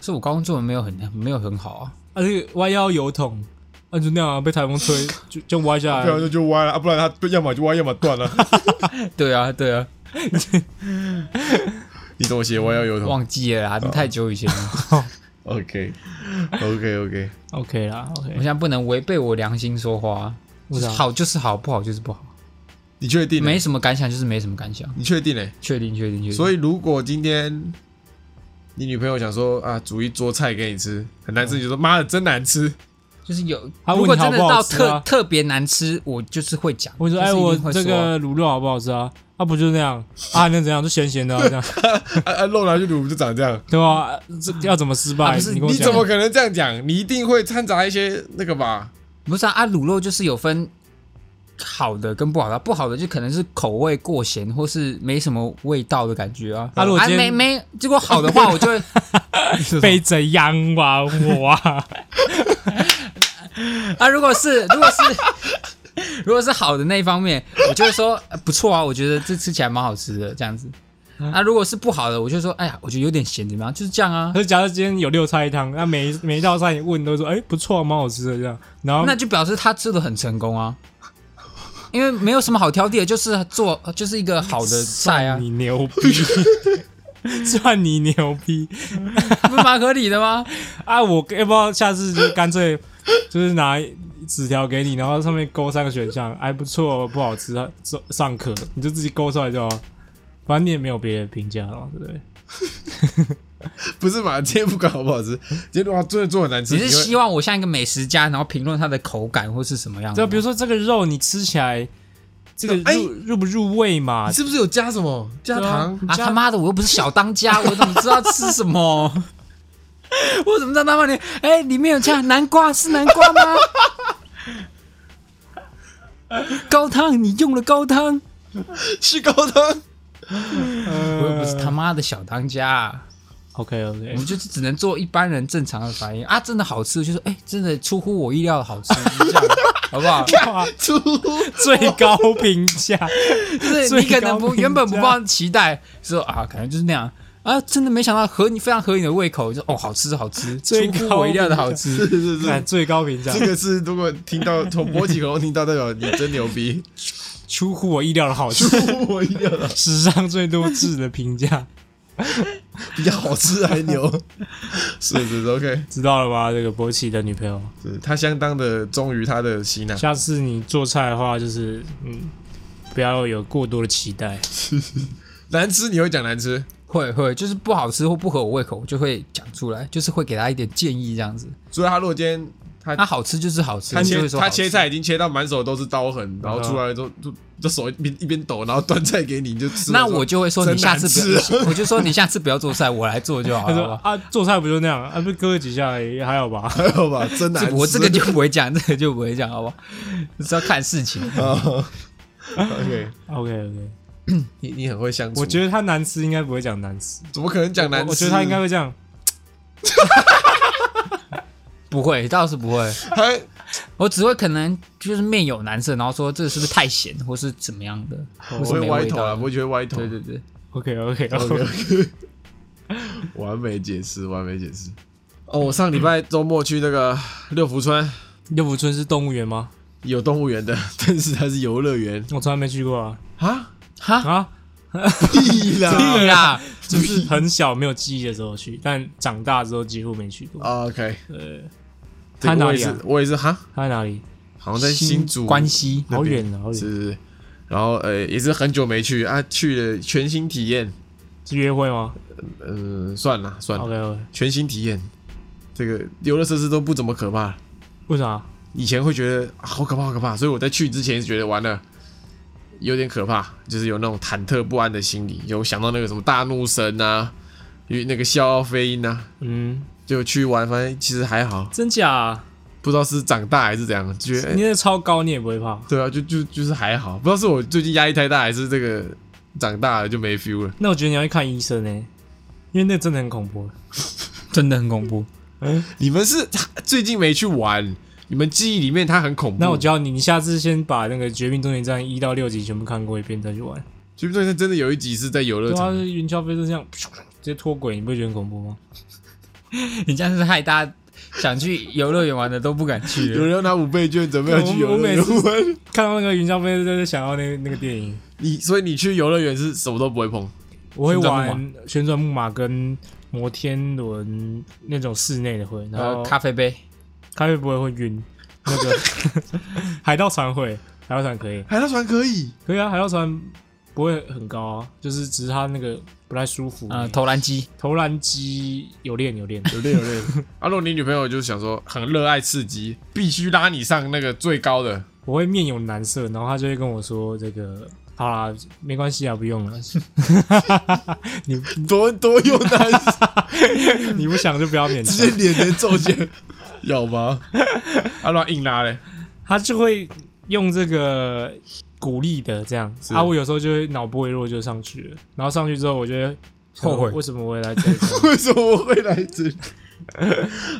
Speaker 3: 是我高中作文没有很没有很好啊，
Speaker 2: 啊，这个弯腰油桶，啊，就那样啊被台
Speaker 3: *laughs*
Speaker 2: 风吹，就就歪下
Speaker 4: 不然
Speaker 2: 来。
Speaker 4: 就就歪了，啊不然他要么就歪，要么断了。
Speaker 3: 对啊，对啊，
Speaker 4: 你怎么写歪腰油桶
Speaker 3: 忘记了啊，太久
Speaker 2: *laughs*
Speaker 3: 以前了。
Speaker 4: *laughs* ？OK，OK，OK。
Speaker 2: OK 啦，OK
Speaker 3: 我现。在不能违背我良心说话，啊
Speaker 2: 为
Speaker 3: 就是
Speaker 2: 啥
Speaker 3: 好就是好，不好就是不好，
Speaker 4: 你确定？
Speaker 3: 没？什么感想就是没什么感想，
Speaker 4: 你确定嘞？
Speaker 3: 确定确定确定。
Speaker 4: 所
Speaker 3: 以
Speaker 4: 以如果今天你女朋友想说啊，煮一桌菜给你吃，很难吃，你就说妈的真难 *laughs* 吃。
Speaker 3: 就是有，
Speaker 2: 他问
Speaker 3: 如果真的
Speaker 2: 你好不好
Speaker 3: 到
Speaker 2: 吃
Speaker 3: 特
Speaker 2: 啊
Speaker 3: 特别难吃，我就是会讲，
Speaker 2: 我
Speaker 3: 就
Speaker 2: 说，
Speaker 3: 是
Speaker 2: 哎，
Speaker 3: 一定
Speaker 2: 我
Speaker 3: 会
Speaker 2: 这
Speaker 3: 说啊
Speaker 2: 个卤肉好不好吃啊？啊，不就那样啊？能怎样？就咸咸的啊，这样
Speaker 4: 啊啊，肉拿去卤就长这样。
Speaker 2: 对吧？这要怎么失
Speaker 3: 啊
Speaker 2: 败？
Speaker 3: 不是
Speaker 2: 你跟我
Speaker 4: 你
Speaker 2: 讲
Speaker 4: 怎，么可能这样讲？你一定会掺杂一些那个吧？
Speaker 3: 不是啊，啊卤肉就是有分好的跟不好的啊，不好的就可能是口味过咸，或是没什么味道的感觉啊。
Speaker 2: 啊如果今
Speaker 3: 没
Speaker 2: 天
Speaker 3: 没，如果好的话，我就
Speaker 2: *laughs*
Speaker 3: 会
Speaker 2: 被怎样玩我啊？
Speaker 3: *laughs*
Speaker 2: *laughs*
Speaker 3: 啊，如果是如果是如果是好的那一方面，我就会说、呃不错啊，我觉得这吃起来蛮好吃的这样子。啊，如果是不好的，我就说哎呀，我觉得有点咸，怎么样？就是这样啊
Speaker 2: 可，是假设今天有六菜一汤，那每一每一道菜你问都说，哎，不错啊，蛮好吃的这样。然后
Speaker 3: 那就表示他吃的很成功啊。因为没有什么好挑剔的，就是做就是一个好的菜啊
Speaker 2: 算，你牛逼， *laughs* 算你牛逼
Speaker 3: 不是蛮合理的吗？
Speaker 2: 啊！我要不要下次就干脆 *laughs* 就是拿纸条给你，然后上面勾三个选项，哎，不错，不好吃，上上课，你就自己勾出来就好。反正你也没有别的评价了，对不对？
Speaker 4: 不是嘛？ *laughs* 今天不管好不好吃，今天哇真的做很难
Speaker 3: 只
Speaker 4: 吃。
Speaker 3: 是
Speaker 4: 你会
Speaker 3: 希望我像一个美食家，然后评论它的口感或是什么样
Speaker 2: 就
Speaker 3: 子。
Speaker 2: 比如说这个肉你吃起来，这个入、
Speaker 4: 嗯哎
Speaker 2: 入不入味嘛 *laughs*
Speaker 4: 你？是不是有加什么加糖？
Speaker 3: 啊他妈的，我又不是小当 *laughs* 家，我怎么知道吃什么？ *laughs* 我怎么知道他妈的？ *laughs* 哎、里面有这样南瓜是南瓜吗？高汤，你用了高汤，
Speaker 4: *laughs* 是高汤。
Speaker 3: 我又不是他妈的小当家啊、
Speaker 2: OK OK，
Speaker 3: 我们就是只能做一般人正常的反应啊！真的好吃，就是哎、真的出乎我意料的好吃，这 *laughs* 样好不好？
Speaker 2: 哇，
Speaker 4: 出
Speaker 2: 最高评
Speaker 4: *laughs*
Speaker 2: 价，
Speaker 3: 就是你可能不原本不抱期待，说啊，可能就是那样啊，真的没想到合你非常合你的胃口，就哦，好吃好吃，
Speaker 2: 最
Speaker 3: 出
Speaker 2: 高
Speaker 3: 乎我意料的好吃，
Speaker 4: 是是
Speaker 2: 看
Speaker 4: 是，
Speaker 2: 哎最高评价，
Speaker 4: 这个是如果听到从波及口中听到，代表你真牛逼，
Speaker 2: 出乎我意料的好吃，
Speaker 4: *laughs* 我一定要
Speaker 2: 史上最多字的评价，
Speaker 4: 比好吃还牛。 *laughs* 是是是，OK，
Speaker 2: 知道了吧？这个博奇的女朋友，
Speaker 4: 是他相当的忠于他的吸纳。
Speaker 2: 下次你做菜的话，就是嗯，不要有过多的期待。
Speaker 4: 难吃你会讲难吃，
Speaker 3: 会会就是不好吃或不合我胃口，我就会讲出来，就是会给他一点建议这样子。
Speaker 4: 所以他如果今天他
Speaker 3: 那好吃就是好吃，
Speaker 4: 他
Speaker 3: 就
Speaker 4: 切
Speaker 3: 会说好
Speaker 4: 他
Speaker 3: 吃嗯
Speaker 4: 切菜已经切到满手都是刀痕，然后出来都就就手一边一边抖，然后端菜给你你就吃。
Speaker 3: 那我就会说你
Speaker 4: 真
Speaker 3: 下
Speaker 4: 难
Speaker 3: 次不
Speaker 4: 吃 *laughs*
Speaker 3: 要，我就说你下次不要做菜，我来做就好了。
Speaker 2: 他说
Speaker 3: 好不好
Speaker 2: 啊，做菜不就那样啊？不割几下也还好吧？
Speaker 4: 还 *laughs* 有吧，真难
Speaker 3: 这
Speaker 4: 吃。
Speaker 3: 我这个
Speaker 4: *laughs*
Speaker 3: 就不会讲，这个就不会讲，好不 *laughs* 好？是要看事情。
Speaker 4: 啊 OK，
Speaker 2: OK OK，
Speaker 4: 你你很会相处，
Speaker 2: 我觉得他难吃应该不会讲难吃，
Speaker 4: 怎么可能讲难
Speaker 2: 我
Speaker 4: 吃？
Speaker 2: 我觉得他应该会这样，
Speaker 3: 不会，倒是不会，
Speaker 4: 他
Speaker 3: 我只会可能就是面有难色，然后说这个是不是太咸，或是怎么样的，或
Speaker 4: 我
Speaker 3: 是
Speaker 4: 会
Speaker 3: 没
Speaker 4: 歪
Speaker 3: 味
Speaker 4: 头
Speaker 3: 道
Speaker 4: 啊，
Speaker 3: 的。
Speaker 4: 我觉得歪头。
Speaker 3: 对对对，
Speaker 2: OK OK
Speaker 4: OK
Speaker 2: OK，
Speaker 4: OK，完美解释，完美解释。哦，我上礼拜周末去那个六福村
Speaker 2: 六福村是动物园吗？
Speaker 4: 有动物园的，但是它是游乐园
Speaker 2: 我从来没去过啊
Speaker 4: 啊，
Speaker 3: 哈，
Speaker 2: 啊，
Speaker 4: 屁啦
Speaker 3: 对啊啦，
Speaker 2: 就是
Speaker 4: 嗯
Speaker 2: 很小没有记忆的时候去，但长大之后几乎没去过。
Speaker 4: 啊！OK，
Speaker 2: 呃，
Speaker 4: 这
Speaker 2: 他哪
Speaker 4: 个我也
Speaker 2: 里
Speaker 4: 是
Speaker 2: 啊？
Speaker 4: 我也是哈，
Speaker 2: 他在哪里？
Speaker 4: 好像在新竹
Speaker 3: 关西
Speaker 4: 那
Speaker 2: 好
Speaker 4: 边
Speaker 2: 远啊，好
Speaker 4: 是
Speaker 2: 远，
Speaker 4: 是是，然后呃也是很久没去啊，去了全新体验，
Speaker 2: 是约会吗
Speaker 4: 嗯，算了算了，
Speaker 2: ？OK OK，
Speaker 4: 全新体验，这个游乐设施都不怎么可怕了。
Speaker 2: 为啥？
Speaker 4: 以前会觉得、啊、好可怕，好可怕，所以我在去之前觉得完了，有点可怕，就是有那种忐忑不安的心理，有想到那个什么大怒神啊，与那个笑傲飞鹰啊，
Speaker 2: 嗯，
Speaker 4: 就去玩，反正其实还好，
Speaker 2: 真假啊？
Speaker 4: 不知道是长大还是怎样，觉得、
Speaker 2: *laughs* 你
Speaker 4: 哎
Speaker 2: 那超高你也不会怕？
Speaker 4: 对啊，就就就是还好，不知道是我最近压力太大，还啊是这个长大了就没 feel 了。
Speaker 2: 那我觉得你要去看医生呢、欸因为那真的很恐怖。
Speaker 3: 真的很恐怖。
Speaker 4: 你们是最近没去玩，你们记忆里面它很恐怖。
Speaker 2: 那我教你，你下次先把那个《绝命终结站》一到六集全部看过一遍再去玩。
Speaker 4: 绝命终结站真的有一集是在游乐
Speaker 2: 对啊，
Speaker 4: 场，
Speaker 2: 就是云霄飞车这样直接脱轨，你不会觉得很恐怖吗？
Speaker 3: *laughs* 你这样是害大家想去游乐园玩的都不敢去
Speaker 4: 有
Speaker 3: 了。
Speaker 4: 人要拿五倍券准备要去游
Speaker 2: 我
Speaker 4: 乐
Speaker 2: 每
Speaker 4: 园
Speaker 2: 次
Speaker 4: 玩。
Speaker 2: 看到那个云霄飞车，就想到那那个电
Speaker 4: *laughs*
Speaker 2: 影。
Speaker 4: 你所以你去游乐园是什么都不会碰，
Speaker 2: 我会
Speaker 4: 旋转木马
Speaker 2: 玩旋转木马跟摩天轮那种室内的会，然
Speaker 3: 然后
Speaker 4: 呃
Speaker 2: 后
Speaker 3: 咖啡杯，
Speaker 2: 咖啡不会会晕。那
Speaker 3: *laughs*
Speaker 2: 个海盗船会，海盗船可以，
Speaker 4: 海盗船可以，
Speaker 2: 可以啊，海盗船不会很高啊，就是只是它那个不太舒服。
Speaker 3: 呃，投篮机，
Speaker 2: 投篮机有练有练，
Speaker 4: 有练有 *laughs* 练。阿洛，你女朋友就是想说很热爱刺激，必须拉你上那个最高的。
Speaker 2: 我会面有难色，然后他就会跟我说这个。好啦，没关系啊，
Speaker 3: *laughs*
Speaker 2: 不用了。你
Speaker 4: 多多用难，
Speaker 2: 你不想就不要勉
Speaker 4: 直接
Speaker 2: 强。
Speaker 4: 脸能皱 *laughs* 起来，有吗？啊阿洛硬拉嘞，
Speaker 2: 他就会用这个鼓励的这样。
Speaker 4: 是
Speaker 2: 啊，我有时候就会脑波一弱就上去了，然后上去之后我就会
Speaker 3: 后悔
Speaker 2: 为什么我会来这里？
Speaker 4: 为什么我会来这里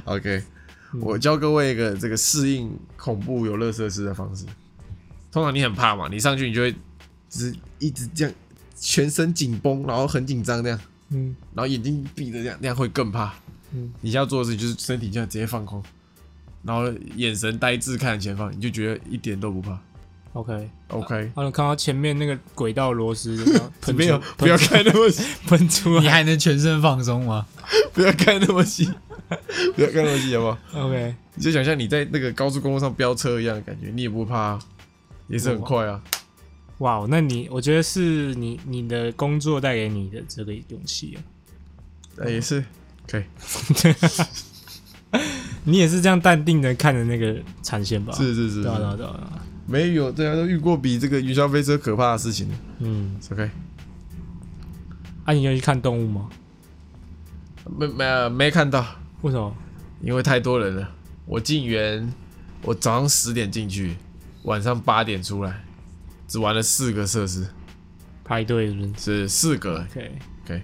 Speaker 4: ？OK，我教各位一个这个适应恐怖游乐设施的方式。通常你很怕嘛，你上去你就会只一直这样，全身紧绷，然后很紧张这样。
Speaker 2: 嗯，
Speaker 4: 然后眼睛闭着，这样那样会更怕。
Speaker 2: 嗯
Speaker 4: 你现在要做的事情就是身体这样直接放空，然后眼神呆滞看着前方，你就觉得一点都不怕。
Speaker 2: OK，
Speaker 4: OK，
Speaker 2: 然后啊看到前面那个轨道螺
Speaker 4: *laughs*
Speaker 2: 丝就这样喷出，
Speaker 4: 没有，不
Speaker 2: 喷
Speaker 4: 要
Speaker 2: 出
Speaker 4: 看那么细，
Speaker 2: 喷出
Speaker 3: 你
Speaker 2: 来。
Speaker 3: 还能全身放松吗？
Speaker 4: 不要看那么细， *laughs* 不要看那么细，好不好？
Speaker 2: OK，
Speaker 4: 你就想象你在那个高速公路上飙车一样的感觉，你也不怕、啊，也是很快啊。
Speaker 2: 哇，那你我觉得是你你的工作带给你的这个勇气啊。
Speaker 4: 哎，也是，可以，
Speaker 2: 你也是这样淡定的看着那个产线吧？
Speaker 4: 是是是
Speaker 2: 对啊，对啊，
Speaker 4: 是，
Speaker 2: 对啊。
Speaker 4: 没有，大家都遇过比这个云霄飞车可怕的事情。
Speaker 2: 嗯，
Speaker 4: OK，
Speaker 2: 啊，你有去看动物吗？
Speaker 4: 没没没看到，
Speaker 2: 为什么？
Speaker 4: 因为太多人了。我进园，我早上十点进去，晚上八点出来，只玩了四个设施，
Speaker 2: 排队是不是
Speaker 4: 是四个。
Speaker 2: ？OK，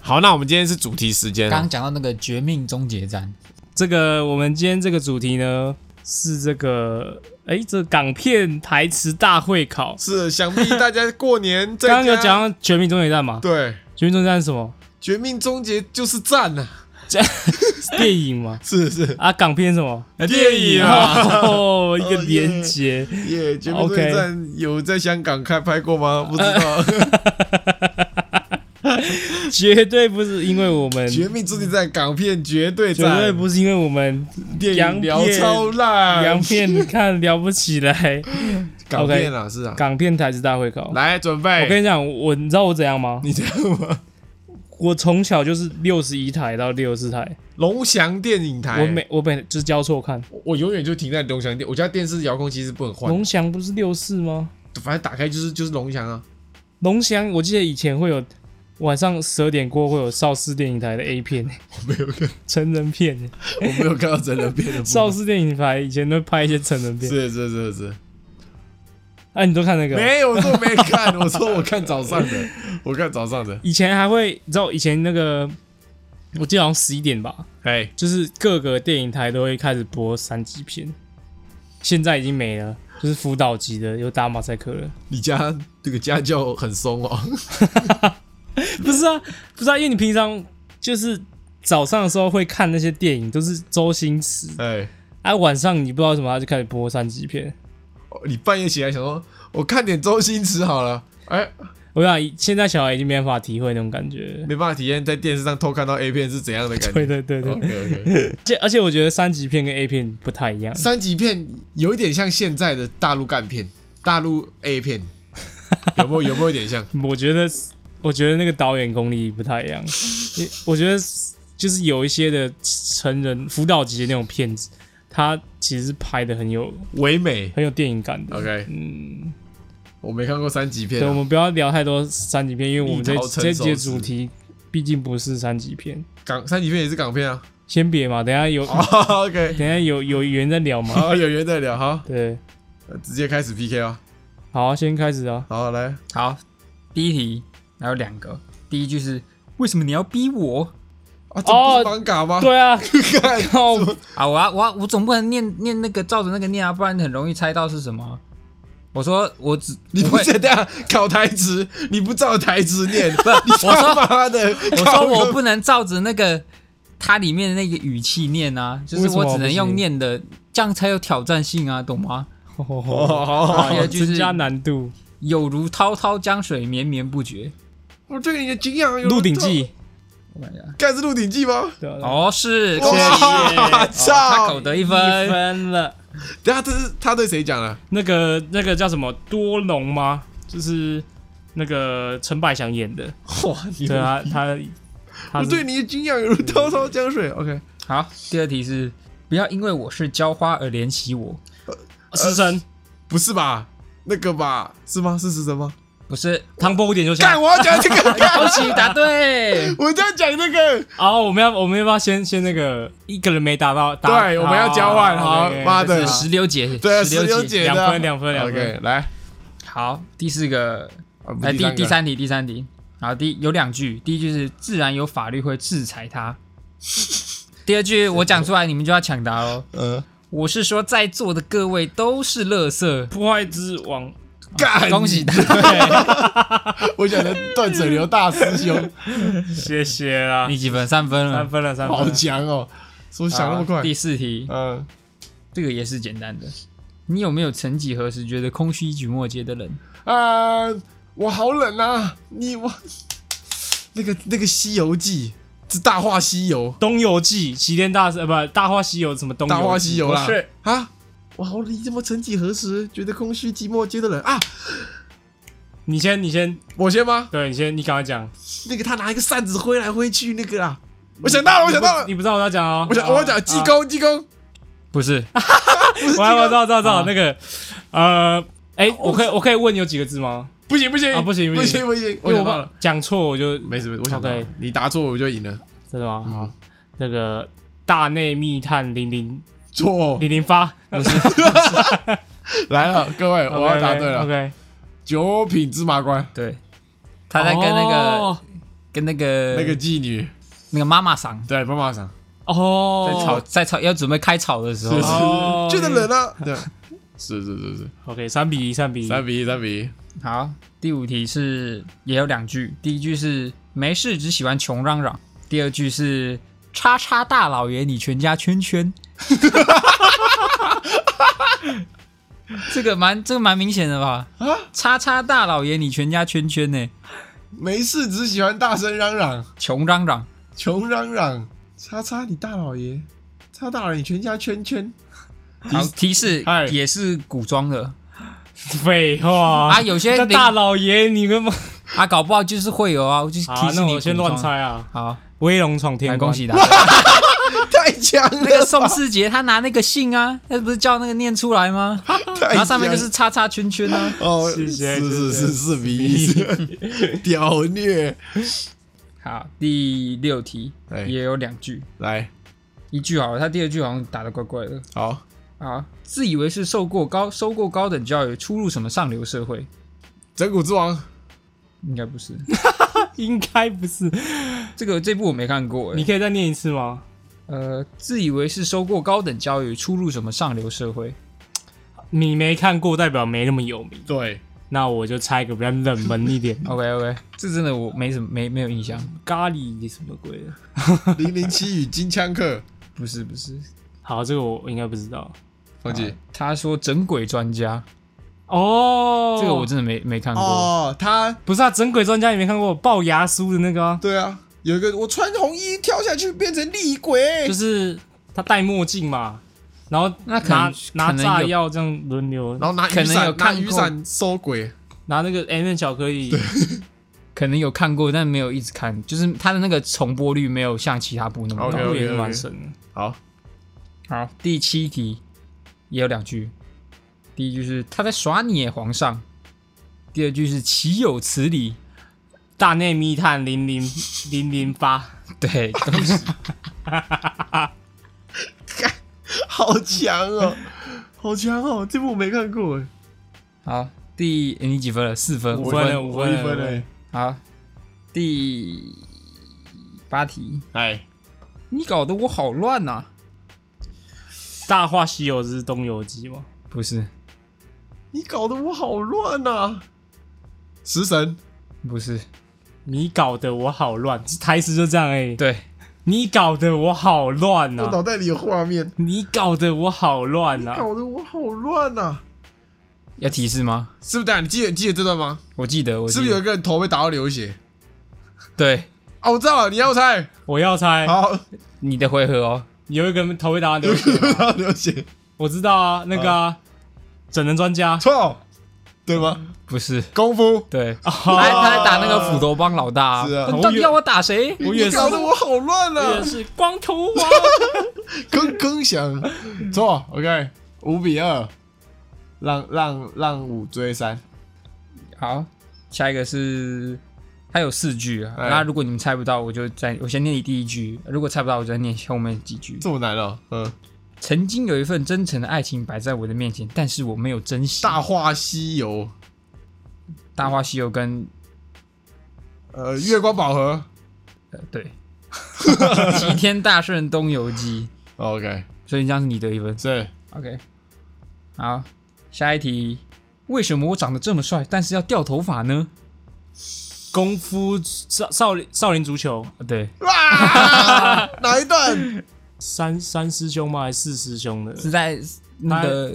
Speaker 4: 好，那我们今天是主题时间啊
Speaker 3: 刚刚
Speaker 4: 了，
Speaker 3: 讲到那个《绝命终结战
Speaker 2: 这个我们今天这个主题呢是这个，哎，这港片台词大会考。
Speaker 4: 是想必大家过
Speaker 2: *laughs*
Speaker 4: 年在
Speaker 2: 刚刚有
Speaker 4: 家
Speaker 2: 讲到《绝命终结战》嘛，《
Speaker 4: 对《
Speaker 2: 绝命终结战》是什么
Speaker 4: 绝命终结》就是战呐、啊， *laughs*
Speaker 2: 是电影嘛？
Speaker 4: 是是
Speaker 2: *laughs* 啊，港片是什么？
Speaker 4: 电影啊。
Speaker 2: 哦，一个连接。
Speaker 4: 耶，绝命终结战有在香港开拍过吗？不
Speaker 2: *laughs*
Speaker 4: 知道。 *laughs*
Speaker 2: 绝对不是因为我们，
Speaker 4: 绝
Speaker 2: 绝
Speaker 4: 命终结战港片绝对战，
Speaker 2: 对不是因为我们
Speaker 4: 电影聊
Speaker 2: 洋片
Speaker 4: 超烂，
Speaker 2: 洋片看聊不起来，
Speaker 4: 港片啊是啊。
Speaker 2: 港片台词大会考。
Speaker 4: 来准
Speaker 2: 我跟
Speaker 4: 备，
Speaker 2: 你讲，我你知道我怎样吗？
Speaker 4: 你知道吗？
Speaker 2: 我从小就是六十一台到六十四台，
Speaker 4: 龙翔电影台，
Speaker 2: 我每我每就是交错看。
Speaker 4: 我永远就停在龙翔电，我家电视遥控器是不能换
Speaker 2: 龙
Speaker 4: 的，
Speaker 2: 翔不是六四吗？
Speaker 4: 反正打开就是就是龙翔啊。
Speaker 2: 龙翔，我记得以前会有晚上十二点过后会有邵氏电影台的 A 片，
Speaker 4: *laughs* 我没有看，
Speaker 2: 成人片。
Speaker 4: 我没有看到真人片的部分。
Speaker 2: 邵氏电影台以前都拍一些成人片，
Speaker 4: 是是是是，
Speaker 2: 啊，你都看那个？
Speaker 4: 没有，我说我没看，我说我看早上的，我看早上的。
Speaker 2: 以前还会，你知道以前那个，我记得好像十一点吧，
Speaker 4: 哎，
Speaker 2: 就是各个电影台都会开始播三级片，现在已经没了，就是辅导级的又打马赛克了。
Speaker 4: 你家这个家教很松哦。
Speaker 2: 不是啊，不是啊，因为你平常就是早上的时候会看那些电影，都是周星驰，
Speaker 4: 哎，
Speaker 2: 啊，晚上你不知道为什么他就开始播三级片。
Speaker 4: 哦你半夜起来想说，我看点周星驰好了。哎，
Speaker 2: 我想现在小孩已经没办法体会那种感觉了。
Speaker 4: 没办法体验在电视上偷看到 A 片是怎样的感
Speaker 2: 对
Speaker 4: 觉。
Speaker 2: 对对对，而
Speaker 4: OK OK，
Speaker 2: 且而且我觉得三级片跟 A 片不太一样，
Speaker 4: 三级片有一点像现在的大陆干片、大陆 A 片，有没有有没有一点像？
Speaker 2: *laughs* 我觉得我觉得那个导演功力不
Speaker 4: *laughs*
Speaker 2: 太一样，因为我觉得就是有一些的成人辅导级的那种片子，他其实是拍的很有
Speaker 4: 唯美。
Speaker 2: 很有电影感的。
Speaker 4: OK，
Speaker 2: 嗯，
Speaker 4: 我没看过三级片
Speaker 2: 对，我
Speaker 4: 啊、
Speaker 2: 们不要聊太多三级片，因为我们这
Speaker 4: 蜜桃成熟
Speaker 2: 这集的
Speaker 4: 时
Speaker 2: 主题毕竟不是三级片。
Speaker 4: 港三级片也是港片啊。
Speaker 2: 先别嘛，等一下有、
Speaker 4: o
Speaker 2: *laughs*
Speaker 4: OK，
Speaker 2: 等一下有有缘再聊嘛。
Speaker 4: 好，有缘再聊哈，
Speaker 2: 对，
Speaker 4: 呃直接开始 PK 啊。
Speaker 2: 好，先开始啊。
Speaker 4: 好，来，》。
Speaker 3: 好，第一题还有两个，第一句是为什么你要逼我
Speaker 4: 啊，这不是绑嘎吗？
Speaker 2: 对啊，
Speaker 4: *laughs* 看
Speaker 2: 靠，
Speaker 3: 啊？我要我要我总不能念念那个照着那个念啊，不然很容易猜到是什么。我说我只
Speaker 4: 你
Speaker 3: 我
Speaker 4: 不
Speaker 3: 会
Speaker 4: 是这样考台词，你不照台词念，不你
Speaker 3: 我
Speaker 4: 他
Speaker 3: 说
Speaker 4: 妈的，
Speaker 3: 我
Speaker 4: 靠
Speaker 3: 说我不能照着那个它里面的那个语气念啊，就是我只能用念的，这样才有挑战性啊，懂吗？
Speaker 4: 哦
Speaker 2: *laughs* 哦，
Speaker 4: 好好，好
Speaker 3: 好就是
Speaker 2: 增加难度。
Speaker 3: 有如滔滔江水绵绵不绝。
Speaker 4: 我这个你的敬仰有
Speaker 2: 《鹿鼎记》
Speaker 3: 我看一下，
Speaker 4: 干是《鹿鼎记》吗？
Speaker 2: 对啊对啊
Speaker 3: 哦，是，恭喜
Speaker 4: 哇操！
Speaker 3: 他口得一
Speaker 2: 一
Speaker 3: 分。
Speaker 2: 分了。
Speaker 4: 等一下这是他对谁讲的？啊
Speaker 2: 那个那个叫什么多隆吗？就是那个陈百祥演的，
Speaker 4: 哇，你
Speaker 2: 对啊，他他
Speaker 4: 我
Speaker 2: 是
Speaker 4: 对你的敬仰如滔滔江水。OK，
Speaker 3: 好，第二题是不要因为我是浇花而怜惜我，
Speaker 4: 呃
Speaker 2: 师生
Speaker 4: 不是吧？那个吧？是吗？是是什么？
Speaker 3: 不是？
Speaker 2: 唐伯虎点秋
Speaker 4: 干！
Speaker 2: 香。
Speaker 4: 我要讲这个，。
Speaker 3: 恭喜答对
Speaker 4: 我就要讲这个。
Speaker 2: 好，我们要我们要不要先先那个一个人没打到？打
Speaker 4: 对，我们要交换。好，妈的
Speaker 3: 是，石榴姐，
Speaker 4: 对啊，石
Speaker 3: 石
Speaker 4: 榴
Speaker 3: 榴。
Speaker 4: 姐的
Speaker 2: 两分两分两
Speaker 4: OK，
Speaker 2: 分。
Speaker 4: 来，
Speaker 3: 好，第四个
Speaker 4: 啊不
Speaker 3: 哎，第
Speaker 4: 个
Speaker 3: 第三题，第三题，好，第有两句，第一句是自然有法律会制裁
Speaker 4: *laughs*
Speaker 3: 他，第二句我讲出来，你们就要抢答喽。
Speaker 4: 呃，
Speaker 3: 我是说，在座的各位都是垃圾，
Speaker 2: 破坏之
Speaker 4: *laughs*
Speaker 2: 王，
Speaker 4: 干，
Speaker 3: 恭喜！
Speaker 4: *laughs*
Speaker 3: 答对。
Speaker 4: 我想的断水流大师兄，
Speaker 2: 谢谢啦，
Speaker 3: 你几分？三分
Speaker 2: 三
Speaker 3: 了。
Speaker 2: 分了三分
Speaker 4: 嗯好
Speaker 2: 了。
Speaker 4: 强哦，怎么想那么
Speaker 3: 好
Speaker 4: 快
Speaker 3: 啊第？四题，
Speaker 4: 嗯，
Speaker 3: 这个也是简单的。你有没有曾几何时觉得空虚举莫街的人？
Speaker 4: 啊，我好冷啊！你我那个那个《西游记》是《大话西游
Speaker 2: 《东游记》《齐天大圣》呃不，《大话西游》什么东》《
Speaker 4: 《大话西游》啦
Speaker 2: 不是，
Speaker 4: 啊！我好冷，怎么曾几何时觉得空虚寂寞街的人啊？
Speaker 2: 你先你先，
Speaker 4: 我先吗？
Speaker 2: 对你先你赶快讲。
Speaker 4: 那个他拿一个扇子挥来挥去那个啊！我想到了，我想到了
Speaker 2: 你，不知道我要讲哦。
Speaker 4: 我想我要讲济公，济公
Speaker 3: 不是，
Speaker 4: 不是
Speaker 2: *laughs*
Speaker 4: 济
Speaker 2: 我我
Speaker 4: 公
Speaker 2: 知道，知道，知道
Speaker 3: 啊
Speaker 2: 那个，呃，哎、我可以，我可以问有几个字吗？
Speaker 4: 不行不行
Speaker 2: 啊不行不
Speaker 4: 不
Speaker 2: 行
Speaker 4: 行不行，
Speaker 2: 因
Speaker 4: 我
Speaker 2: 为
Speaker 4: 想
Speaker 2: 我
Speaker 4: 到
Speaker 2: 怕
Speaker 4: 了，
Speaker 2: 讲错，我就
Speaker 4: 没事没事，我想到
Speaker 2: OK
Speaker 4: 了，你答错我就赢了，
Speaker 2: 真的吗？好，那个大内密探零零
Speaker 4: 错
Speaker 2: 零零发，
Speaker 3: 不是，
Speaker 4: 来了，各位，
Speaker 2: 哦
Speaker 4: 我要答对了，
Speaker 2: OK，
Speaker 4: 九品芝麻官
Speaker 3: 对，他在跟那个、
Speaker 2: 哦
Speaker 3: 跟那个
Speaker 4: 哦那个妓女，
Speaker 3: 那个妈妈桑
Speaker 4: 对，帮忙上，
Speaker 2: 哦
Speaker 3: 在吵在吵要准备开吵的时候，
Speaker 2: 哦
Speaker 4: 就在冷啊，对，是是是是，
Speaker 2: OK，三比一，三比一，
Speaker 4: 三比一，三比一，
Speaker 3: 好，第五题是也有两句，第一句是没事只喜欢穷嚷嚷，第二句是叉叉大老爷你全家圈圈。
Speaker 2: *laughs*
Speaker 3: 这个蛮这个蛮明显的吧？
Speaker 2: 啊
Speaker 3: 叉叉大老爷你全家圈圈呢、
Speaker 4: 没事，只喜欢大声嚷嚷，
Speaker 3: 穷嚷嚷，
Speaker 4: 穷嚷嚷，叉叉你大老爷，叉大老爷你全家圈圈，
Speaker 3: 然后提示
Speaker 4: 嗨
Speaker 3: 也是古装的
Speaker 2: 废话
Speaker 3: 啊，有些
Speaker 2: 那
Speaker 3: 零
Speaker 2: 大老爷，你跟好，
Speaker 3: 啊，搞不好就是会有啊，我就是
Speaker 2: *laughs*
Speaker 3: 提示
Speaker 2: 那
Speaker 3: 你
Speaker 2: 我先
Speaker 3: 古装
Speaker 2: 乱。猜啊，
Speaker 3: 好，
Speaker 2: 威龙闯
Speaker 3: 来
Speaker 2: 天关
Speaker 3: 恭，喜答对。
Speaker 4: 太强了，
Speaker 3: 那 *laughs* 个宋世杰他拿那个信啊，那不是叫那个念出来吗？
Speaker 4: 然
Speaker 3: 然后上面就是叉叉圈圈啊。
Speaker 4: 哦，
Speaker 2: 谢谢
Speaker 4: 是
Speaker 2: 谢
Speaker 4: 是
Speaker 2: 谢
Speaker 4: 是四比一，屌虐，
Speaker 3: *laughs* 好，第六题
Speaker 4: 哎
Speaker 3: 也有两句，
Speaker 4: 来，
Speaker 3: 一句好了，他第二句好像打的怪怪的。
Speaker 4: 好，
Speaker 3: 啊，自以为是受过高收过高等教育，出入什么上流社会？
Speaker 4: 整蛊之王，
Speaker 3: 应该不是，
Speaker 2: *laughs* 应该不是，
Speaker 3: 这个这部我没看过、
Speaker 2: 你
Speaker 3: 欸。
Speaker 2: 可以再念一次吗？
Speaker 3: 呃，自以为是收过高等教育，出入什么上流社会？
Speaker 2: 你没看过，代表没那么有名，
Speaker 4: 对，
Speaker 2: 那我就猜一个比较冷门一点，
Speaker 3: OK OK，这真的我没什么没没有印象。
Speaker 2: *laughs* 咖喱什么鬼的。
Speaker 4: 零零七与金枪客，
Speaker 3: 不是不是，啊
Speaker 2: 好，这个我应该不知道
Speaker 4: 放弃。
Speaker 3: 他说整鬼专家，
Speaker 2: 哦。
Speaker 3: 这个我真的没没看过。
Speaker 4: 哦，他
Speaker 2: 不是啊，整鬼专家也没看过龅牙叔的那个、啊，
Speaker 4: 对啊，有一个我穿红衣跳下去变成厉鬼，
Speaker 2: 就是他戴墨镜嘛，然后
Speaker 3: 哎那可
Speaker 2: 拿
Speaker 3: 能
Speaker 2: 拿
Speaker 3: 可能
Speaker 2: 炸
Speaker 3: 有
Speaker 2: 药这样轮流，
Speaker 4: 然后拿
Speaker 3: 可
Speaker 4: 雨
Speaker 3: 能有
Speaker 4: 伞拿
Speaker 3: 看
Speaker 4: 雨
Speaker 3: 过
Speaker 4: 伞收鬼，
Speaker 2: 拿那个 M 巧克力，
Speaker 3: 可能有看过，但没有一直看，就是他的那个重播率没有像其他部那么高。
Speaker 2: 那部也是
Speaker 4: OK，OK，OK
Speaker 2: 蛮神的。
Speaker 4: 好，
Speaker 3: 好，第七题也有两句，第一句是他在耍你耶皇上，第二句是岂有此理。
Speaker 2: 大内密探零零 *laughs* 零零八，
Speaker 3: 对，都是
Speaker 4: 好强哦，好强哦，这部我没看过哎，
Speaker 3: 好。第诶你几分了？四分，
Speaker 2: 五
Speaker 3: 五
Speaker 2: 分了
Speaker 3: 分。
Speaker 2: 五
Speaker 4: 我
Speaker 2: 分
Speaker 4: 一
Speaker 2: 了
Speaker 4: 分
Speaker 2: 五分
Speaker 4: 哎，
Speaker 3: 好，第八题，
Speaker 4: 哎，
Speaker 3: 你搞得我好乱啊呐、
Speaker 2: 《大话西游》是《东游记》吗？
Speaker 3: 不是，
Speaker 4: 你搞得我好乱啊呐，食神
Speaker 3: 不是，
Speaker 2: 你搞得我好乱，台词就这样哎、
Speaker 3: 对，
Speaker 2: 你搞得我好乱
Speaker 4: 我
Speaker 2: 呐、
Speaker 4: 脑袋里有画面，
Speaker 2: 你搞得我好乱啊呐、
Speaker 4: 搞得我好乱啊呐，
Speaker 3: 要提示吗？
Speaker 4: 是不是？等一下你记得记得这段吗？
Speaker 3: 我记得，我
Speaker 4: 是
Speaker 3: 记得
Speaker 4: 不是有一个人头被打到流血？
Speaker 3: 对
Speaker 4: 哦，我知道了，你要猜，
Speaker 2: 我要猜，
Speaker 4: 好，
Speaker 3: 你的回合哦。
Speaker 2: 有一个头被打到
Speaker 3: *laughs*
Speaker 2: 流血吗，
Speaker 4: 打到流血，
Speaker 2: 我知道啊，那个啊、整人专家，
Speaker 4: 错，对吗？
Speaker 3: 不是，
Speaker 4: 功夫，
Speaker 3: 对，他他在打那个斧头帮老大、
Speaker 4: 是啊
Speaker 3: 你到底哦要我打谁？
Speaker 2: 我也
Speaker 4: 你
Speaker 2: 是，
Speaker 4: 搞得我好乱
Speaker 2: 我
Speaker 4: 啊
Speaker 2: 也！是光头王。
Speaker 4: 更更 *laughs* 想错，OK，五比二，让让让五追三，
Speaker 3: 好，下一个是它有四句啊，
Speaker 4: 哎
Speaker 3: 那如果你们猜不到，我就再我先念你第一句，如果猜不到，我就再念后面几句。
Speaker 4: 这么难哦，嗯，
Speaker 3: 曾经有一份真诚的爱情摆在我的面前，但是我没有珍惜。
Speaker 4: 大话西游，
Speaker 3: 大话西游跟
Speaker 4: 呃，月光宝盒
Speaker 3: 呃对，
Speaker 4: *laughs*
Speaker 3: 齐天大圣东游记，
Speaker 4: 哦，OK，
Speaker 3: 所以这样是你得一分。
Speaker 4: 是
Speaker 3: OK，好，下一题，为什么我长得这么帅，但是要掉头发呢？
Speaker 2: 功夫少少林少林足球，
Speaker 3: 啊对，
Speaker 4: *laughs* 哇，哪一 *laughs* 段？
Speaker 2: 三三师兄吗？还是四师兄的？
Speaker 3: 是在那个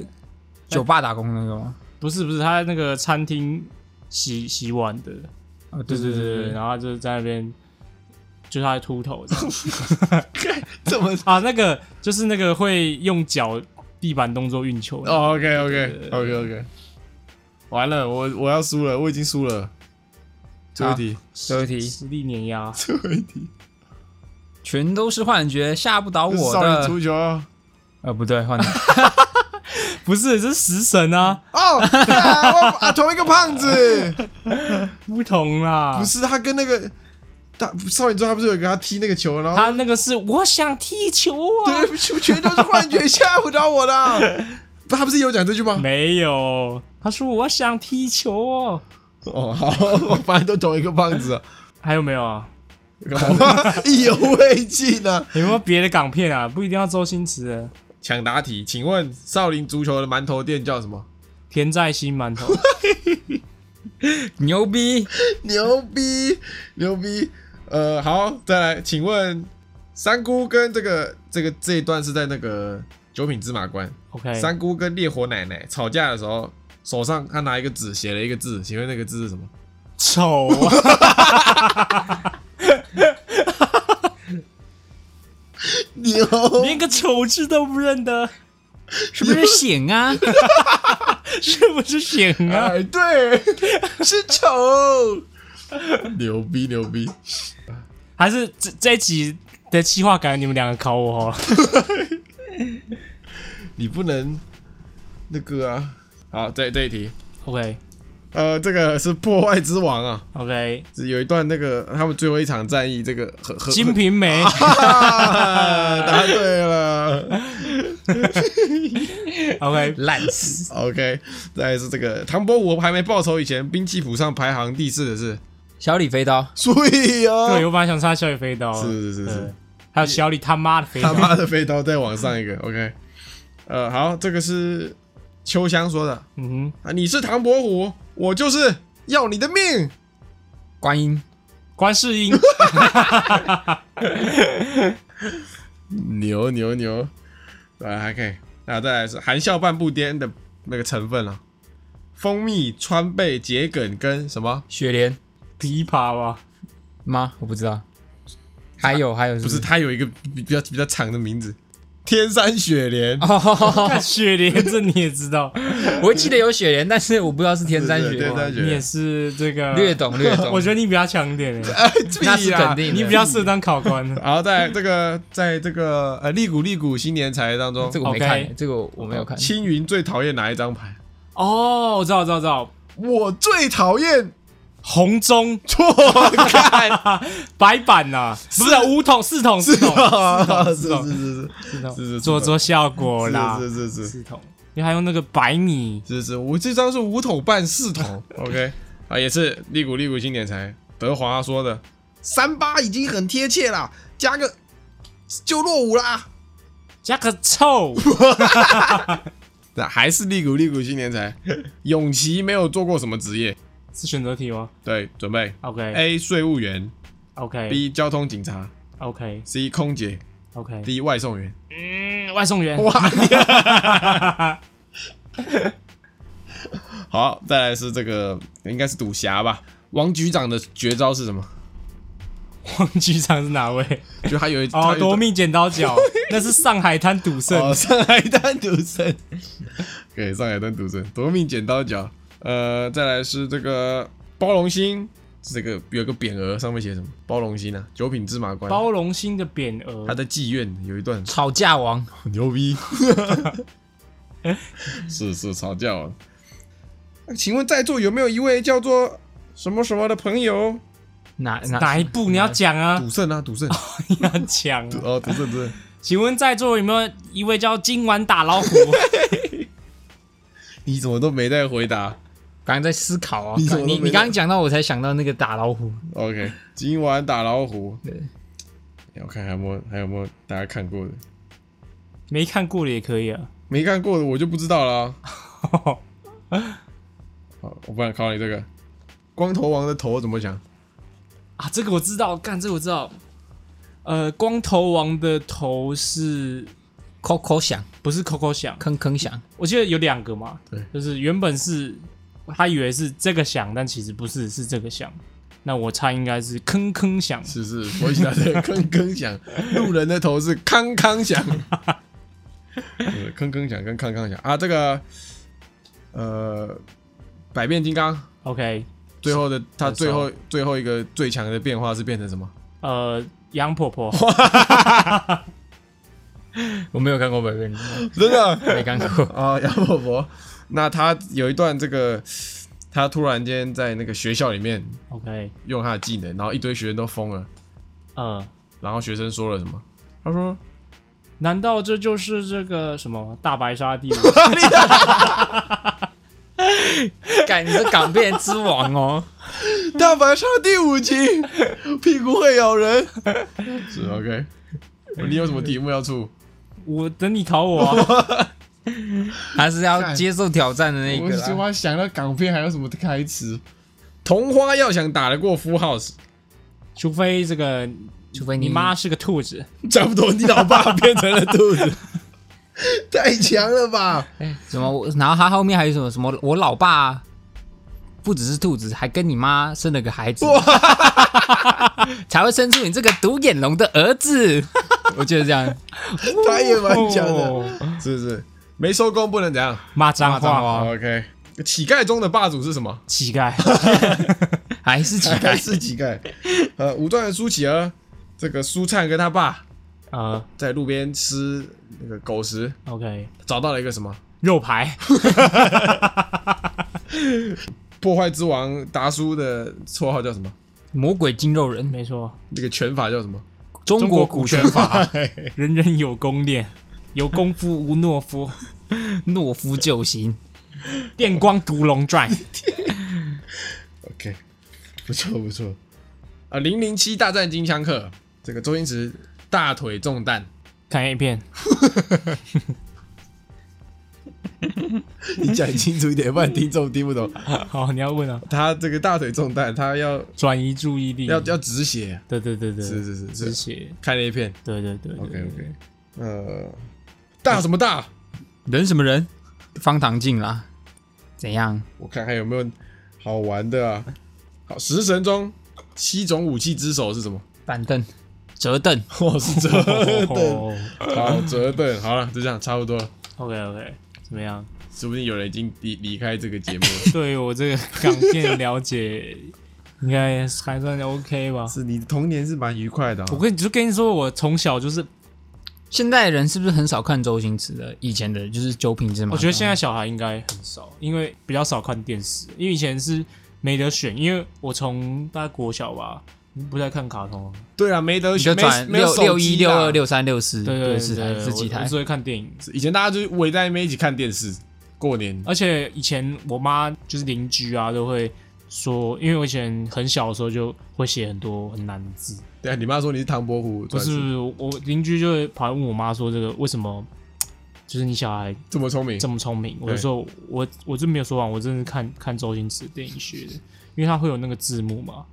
Speaker 3: 酒吧打工那个吗？
Speaker 2: 不是不是，他那个餐厅洗洗碗的，
Speaker 3: 啊，对对
Speaker 2: 对对
Speaker 3: 对
Speaker 2: 对
Speaker 3: 对
Speaker 2: 对，
Speaker 3: 对，
Speaker 2: 然后他就是在那边，就是他在秃头这样 *laughs*
Speaker 4: 这么
Speaker 2: 啊，那个就是那个会用脚地板动作运球的，
Speaker 4: ，OK OK OK OK，完了，我我要输了，我已经输了，最后一题，
Speaker 3: 最后一题，
Speaker 2: 实力碾压，
Speaker 4: 啊最后一题，
Speaker 3: 全都是幻觉，吓不倒
Speaker 4: 这是
Speaker 3: 我
Speaker 4: 少林
Speaker 3: 的。
Speaker 4: 足球 *laughs* 哦，
Speaker 3: 呃，不对，换你。
Speaker 2: 不是这是食神啊，
Speaker 4: 对啊，我啊同一个胖子。 *laughs*
Speaker 2: 不同啊啦
Speaker 4: 不，是他跟那个大少年中，他不是有给他踢那个球，然后
Speaker 2: 他那个是我想踢球啊，
Speaker 4: *laughs* 对，全全都是幻觉，吓不到我的。他不是有讲这句吗？
Speaker 2: 没有，他说我想踢球哦。
Speaker 4: 哦，好，反正都同一个胖 *laughs* 子啊，
Speaker 2: 还有没有啊？
Speaker 4: 意犹未尽啊！
Speaker 2: *laughs* 有没有别的港片啊？不一定要周星驰的。
Speaker 4: 抢答题，请问少林足球的馒头店叫什么？
Speaker 2: 田在新馒头，
Speaker 3: 牛逼！
Speaker 4: 牛逼，牛逼！呃，好，再来，请问三姑跟这个这个这一段是在那个九品芝麻官，
Speaker 2: OK，
Speaker 4: 三姑跟烈火奶奶吵架的时候，手上她拿一个纸写了一个字，请问那个字是什么？
Speaker 2: 丑啊！
Speaker 4: 牛！
Speaker 2: *laughs* 连个丑字都不认得，
Speaker 3: 是不是醒
Speaker 4: *laughs*
Speaker 3: 啊？
Speaker 2: 是不是显啊？
Speaker 4: 哎，对，是丑。牛逼，牛逼！
Speaker 2: 还是这这一集的计划感，你们两个考我哦好了。
Speaker 4: 你不能那个啊。好，这这一题，
Speaker 2: OK
Speaker 4: 呃，这个是破坏之王啊，
Speaker 2: OK，
Speaker 4: 是有一段那个他们最后一场战役，这个和和
Speaker 2: 金瓶梅，
Speaker 4: 啊， *laughs* 答对了。
Speaker 2: OK，
Speaker 3: 烂死！
Speaker 4: OK，再来是这个唐伯虎还没报仇以前，兵器谱上排行第四的是
Speaker 3: 小李飞刀，
Speaker 4: 所以
Speaker 2: 对，
Speaker 4: 哦，
Speaker 2: 我本来想插小李飞刀，
Speaker 4: 是是是是
Speaker 2: 对，还有小李他妈的飞
Speaker 4: 他
Speaker 2: 刀，
Speaker 4: 妈的飞刀再往上一个。OK，呃，好，这个是秋香说的
Speaker 2: 嗯
Speaker 4: 啊，你是唐伯虎，我就是要你的命。
Speaker 3: 观音，
Speaker 2: 哼，观世音，
Speaker 4: 牛牛牛，呃，还可以。那再来是含笑半步癫的那个成分啊，蜂蜜、川贝、桔梗跟什么？
Speaker 3: 雪莲
Speaker 2: 琵琶啊吧，
Speaker 3: 吗？我不知道。还有还有
Speaker 4: 不是，
Speaker 3: 是
Speaker 4: 它有一个比比较比较长的名字，天山雪莲。
Speaker 3: 哦，
Speaker 2: 看雪莲这你也知道，
Speaker 3: 我记得有雪莲，但是我不知道是天山雪
Speaker 4: 对对
Speaker 3: 莲
Speaker 4: 天。山雪
Speaker 2: 你也
Speaker 4: 莲，
Speaker 2: 是这个
Speaker 3: 略，懂略懂，
Speaker 2: 我觉得你比较强一点
Speaker 4: *laughs*
Speaker 2: 欸，
Speaker 4: 哎，
Speaker 3: *laughs* 那是
Speaker 4: 屁啦
Speaker 3: 肯定的
Speaker 2: 你比较适合当考官
Speaker 4: *laughs*
Speaker 2: 的。
Speaker 4: 然后在这个，在这个呃，利古利古新年财当中
Speaker 3: 这，个我没看
Speaker 2: OK，
Speaker 3: 这个我没有看。
Speaker 4: 青云最讨厌哪一张牌？
Speaker 2: 哦，我知道，我知道，我知道，
Speaker 4: 我最讨厌
Speaker 2: 红中
Speaker 4: 错开，
Speaker 2: 白板呐， *laughs* 不是啊五桶四桶四桶
Speaker 4: 是
Speaker 2: 四
Speaker 4: 啊是
Speaker 2: 桶
Speaker 4: 是
Speaker 2: 四
Speaker 4: 是
Speaker 2: 桶，
Speaker 4: 是
Speaker 2: 做做效果啦，
Speaker 4: 是是是是
Speaker 2: 四桶，你还用那个白米，
Speaker 4: 是是，我这张是五桶半四 *laughs* 桶，OK 啊，也是利古利古新年财德华说的，三八已经很贴切啦，加个就落伍啦。
Speaker 2: 加个臭，
Speaker 4: 那还是利古利古新年财， *laughs* 永琪没有做过什么职业，
Speaker 2: 是选择题吗
Speaker 4: 对，准备。
Speaker 2: ？OK
Speaker 4: A 税务员
Speaker 2: OK
Speaker 4: 哎，B 交通警察
Speaker 2: OK
Speaker 4: ，C 空姐
Speaker 2: OK，
Speaker 4: ，D 外送 *laughs* 员。
Speaker 2: 嗯，外送员，
Speaker 4: 哇！好，再来是这个，应该是赌侠吧？王局长的绝招是什么？
Speaker 2: 王局长是哪位？
Speaker 4: 就他有一
Speaker 2: 哦，夺
Speaker 4: 命
Speaker 2: 命剪刀脚，那是上海滩赌圣
Speaker 4: 哦，。上海滩赌 *laughs* 圣，对，上海滩赌圣，夺命剪刀脚。呃，再来是这个包容心，这个有个匾额上面写什么？包容心啊，九品芝麻官。
Speaker 2: 包容心的匾额
Speaker 4: 他，在妓院有一 *laughs* 段
Speaker 3: 吵架王，
Speaker 4: 牛逼， *laughs* 是是吵架了。请问在座有没有一位叫做什么什么的朋友？
Speaker 3: 哪
Speaker 2: 哪一部你要讲啊？
Speaker 4: 赌圣啊，赌圣，
Speaker 2: 你要讲啊。
Speaker 4: 赌 *laughs* 哦，赌圣，赌圣，
Speaker 2: 请问在座有没有一位叫今晚打老虎？
Speaker 4: *laughs* 你怎么都没在回答
Speaker 3: 刚刚在思考啊，
Speaker 4: 你怎么都
Speaker 3: 你
Speaker 4: 没
Speaker 3: 你刚刚讲到，我才想到那个打老虎，
Speaker 4: ？OK，今晚打老虎。哎
Speaker 3: 对，
Speaker 4: 我看还有没有还有没有大家看过的，
Speaker 2: 没看过的也可以啊。
Speaker 4: 没看过的我就不知道了啊。好，我不然考你这个，光头王的头怎么讲？
Speaker 2: 啊，这个我知道，干这个我知道。呃，光头王的头是
Speaker 3: 扣扣响，
Speaker 2: 不是 Coco 响？
Speaker 3: 吭吭响，
Speaker 2: 我记得有两个嘛，
Speaker 4: 对，
Speaker 2: 就是原本是他以为是这个响，但其实不是，是这个响。那我猜应该是吭吭响，
Speaker 4: 是是，我想的吭吭响，路人的头是康康 *laughs* 呃响，是吭吭响跟康康响啊，这个呃，百变金刚
Speaker 2: OK，
Speaker 4: 最后的他
Speaker 2: 很熟
Speaker 4: 最后最后一个最强的变化是变成什么？
Speaker 2: 呃，杨婆婆，
Speaker 3: *laughs* 我没有看过百变，
Speaker 4: 真 *laughs* 的。
Speaker 3: 没看过
Speaker 4: 啊，杨伯伯，那他有一段这个，他突然间在那个学校里面
Speaker 2: OK，
Speaker 4: 用他的技能，然后一堆学生都疯了，
Speaker 2: 呃，
Speaker 4: 然后学生说了什么？他说：“
Speaker 2: 难道这就是这个什么大白鲨第五？
Speaker 3: 干你是港片之王哦，
Speaker 4: 大白鲨第五集， *laughs* 屁股会咬人。 *laughs* 是 OK，你有什么题目要出？
Speaker 2: 我等你考我、啊，
Speaker 3: 他是要接受挑战的那
Speaker 4: 我
Speaker 3: 个
Speaker 4: 他
Speaker 3: 啦。
Speaker 4: 妈想到港片还有什么开词？同花要想打得过 Full House，
Speaker 2: 除非这个
Speaker 3: 除非
Speaker 2: 你妈是个兔子，
Speaker 4: 差不多你老爸变成了兔子， *laughs* 太强了吧？
Speaker 3: 什么，我然后他后面还有什么什么，我老爸啊不只是兔子，还跟你妈生了个孩子，才会生出你这个独眼龙的儿子。我觉得这样，
Speaker 4: 他也蛮强的，
Speaker 2: 哦
Speaker 4: 是不是？没收工不能怎样？
Speaker 2: 骂脏
Speaker 3: 骂脏
Speaker 2: 话，
Speaker 3: 话
Speaker 4: 啊
Speaker 3: 啊
Speaker 4: OK，乞丐中的霸主是什么？
Speaker 2: 乞丐，
Speaker 3: 还是乞
Speaker 4: 丐
Speaker 3: *laughs* 丐。
Speaker 4: *laughs* 是乞丐。呃，武状元苏乞儿，这个苏灿跟他爸
Speaker 2: 呃
Speaker 4: 在路边吃那个狗食，
Speaker 2: ，OK，
Speaker 4: 找到了一个什么？
Speaker 2: 肉排，
Speaker 4: 破坏之王达叔的绰号叫什么？
Speaker 3: 魔鬼筋肉人，
Speaker 2: 没错，
Speaker 4: 这个拳法叫 *laughs* 什么？
Speaker 3: 中国古拳法，
Speaker 4: 法。
Speaker 2: 人人有功练，有功夫无懦夫，
Speaker 3: *laughs* 懦夫救星。
Speaker 2: 电光独龙传，
Speaker 4: OK，不错不错。啊，零零七大战金枪客，这个周星驰大腿中弹，
Speaker 2: 看 A 片，
Speaker 4: 你讲清楚一点，不然听众听不懂。
Speaker 2: 好，你要问啊，
Speaker 4: 他这个大腿中弹，他要
Speaker 2: 转移注意力，
Speaker 4: 要要止血，
Speaker 2: 对对对对，
Speaker 4: 是是是
Speaker 2: 止
Speaker 4: 是，
Speaker 2: 血，
Speaker 4: 看了一片。
Speaker 2: 对对对
Speaker 4: OK
Speaker 2: 对
Speaker 4: OK，呃，大什么大？
Speaker 3: 人什么人？方唐镜啦，怎样？
Speaker 4: 我看看有没有好玩的啊。好，食神中七种武器之首是什么？
Speaker 3: 板凳、折凳，
Speaker 4: *laughs* 哦，是折 *laughs* 凳。
Speaker 2: 哦
Speaker 4: 好，折凳。好了，就这样，差不多了。
Speaker 2: ，OK OK，怎么样？
Speaker 4: 说不定有人已经离离开这个节目了。
Speaker 2: 对于我这个港片了解，应该还算 OK 吧。
Speaker 4: *laughs* 是你童年是蛮愉快的、啊
Speaker 2: 我跟你就跟你说，我从小就是，
Speaker 3: 现代人是不是很少看周星驰的？以前的就是九品芝麻官。
Speaker 2: 我觉得现在小孩应该很少，因为比较少看电视，因为以前是没得选，因为我从大概国小吧，不太看卡通，
Speaker 3: 嗯
Speaker 4: 对啊，没得
Speaker 3: 你就
Speaker 4: 选，
Speaker 3: 转
Speaker 4: 没没有
Speaker 3: 六
Speaker 4: 手
Speaker 3: 六
Speaker 4: 机
Speaker 3: 一、
Speaker 4: 啊
Speaker 3: 六二、。六三、六四，
Speaker 2: 对对
Speaker 3: 对
Speaker 2: 对
Speaker 3: 四台
Speaker 2: 对，
Speaker 3: 这几
Speaker 2: 我
Speaker 3: 台
Speaker 2: 我只。会看电影。
Speaker 4: 以前大家就是围在那边一起看电视，过年
Speaker 2: 而且以前我妈就是邻居啊，都会说，因为我以前很小的时候就会写很多很难的字，
Speaker 4: 对啊，你妈说你是唐伯虎
Speaker 2: 不
Speaker 4: 转世，
Speaker 2: 是我邻居就会跑来问我妈说这个为什么，就是你小孩
Speaker 4: 这么聪明
Speaker 2: 这，么聪明，我
Speaker 4: 对
Speaker 2: 就说我我真没有说完，我真的是看看周星驰的电影学的，因为他会有那个字幕嘛，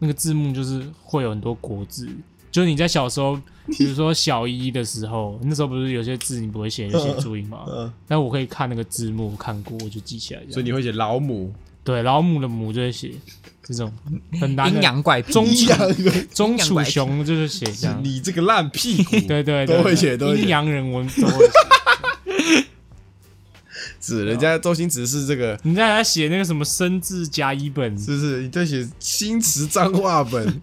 Speaker 2: 那个字幕就是会有很多国字，就是你在小时
Speaker 4: *laughs*
Speaker 2: 候，比如说小一的时候，那时候不是有些字你不会写，就写注音嘛，
Speaker 4: 嗯，
Speaker 2: 但我可以看那个字幕，我看过我就记起来这样，
Speaker 4: 所以你会写老母，
Speaker 2: 对，然后母的母就会
Speaker 4: *laughs*
Speaker 2: 写这种很难
Speaker 3: 阴
Speaker 2: 的，
Speaker 3: 阳怪癖，
Speaker 2: 中
Speaker 4: 一
Speaker 2: 楚
Speaker 4: 样的，
Speaker 2: 中
Speaker 3: 阴阳
Speaker 2: 楚
Speaker 3: 怪
Speaker 2: 雄就是写这样，
Speaker 4: *laughs* 你这个烂屁 *laughs* 股，
Speaker 2: 对对对，
Speaker 4: 都会写
Speaker 2: 对
Speaker 4: 都会写
Speaker 2: 阴阳人文都会写。 *laughs*
Speaker 4: 是人家周星驰是这个，
Speaker 2: 你在还写那个什么生字甲乙本，
Speaker 4: 是不是？你在写新词脏话本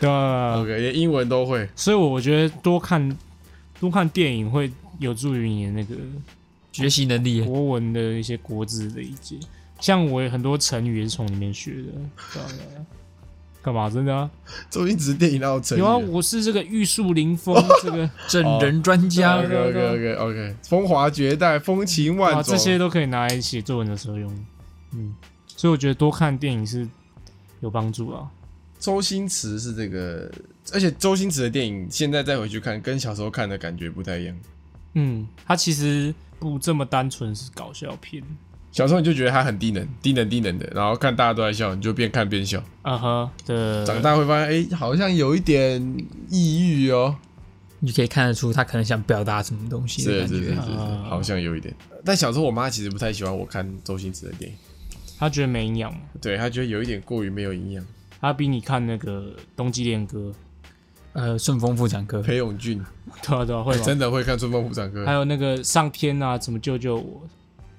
Speaker 2: 对吧
Speaker 4: ，OK，连英文都会。
Speaker 2: 所以我觉得多看多看电影会有助于你的那个
Speaker 3: 学习能力。
Speaker 2: 国文的一些国字的理解。像我有很多成语也是从里面学的，对啊对啊干嘛？真的啊？
Speaker 4: 周星驰电影那有成语
Speaker 2: 有啊，
Speaker 4: 啊。
Speaker 2: 我是这个玉树临
Speaker 4: *laughs*
Speaker 2: 风，这个
Speaker 3: 整人专家
Speaker 4: OK OK OK OK，风华绝代，风情
Speaker 2: 啊，
Speaker 4: 万种，
Speaker 2: 这些都可以拿来写作文的时候用。嗯，所以我觉得多看电影是有帮助啊。
Speaker 4: 周星驰是这个，而且周星驰的电影现在再回去看，跟小时候看的感觉不太一样。
Speaker 2: 嗯，它其实不这么单纯是搞笑片。
Speaker 4: 小时候你就觉得他很低能、低能、低能的，然后看大家都在笑，你就边看边笑。
Speaker 2: 啊哈，对，
Speaker 4: 长大会发现，哎、好像有一点抑郁哦。
Speaker 3: 你可以看得出他可能想表达什么东西的
Speaker 4: 是
Speaker 3: 感
Speaker 4: 是是是，是
Speaker 3: 觉。
Speaker 4: *laughs* 好像有一点。但小时候我妈其实不太喜欢我看周星驰的电影，
Speaker 2: 他觉得没营养嘛，
Speaker 4: 对她觉得有一点过于没有营养。
Speaker 2: 他比你看那个《冬季恋歌
Speaker 3: 呃，顺丰妇产科，
Speaker 4: 裴勇
Speaker 2: *laughs*
Speaker 4: 俊》哎
Speaker 2: 对啊对啊，会吗？
Speaker 4: 真的会看《春风虎长歌
Speaker 2: 还》，有那个上天啊，怎么救救我？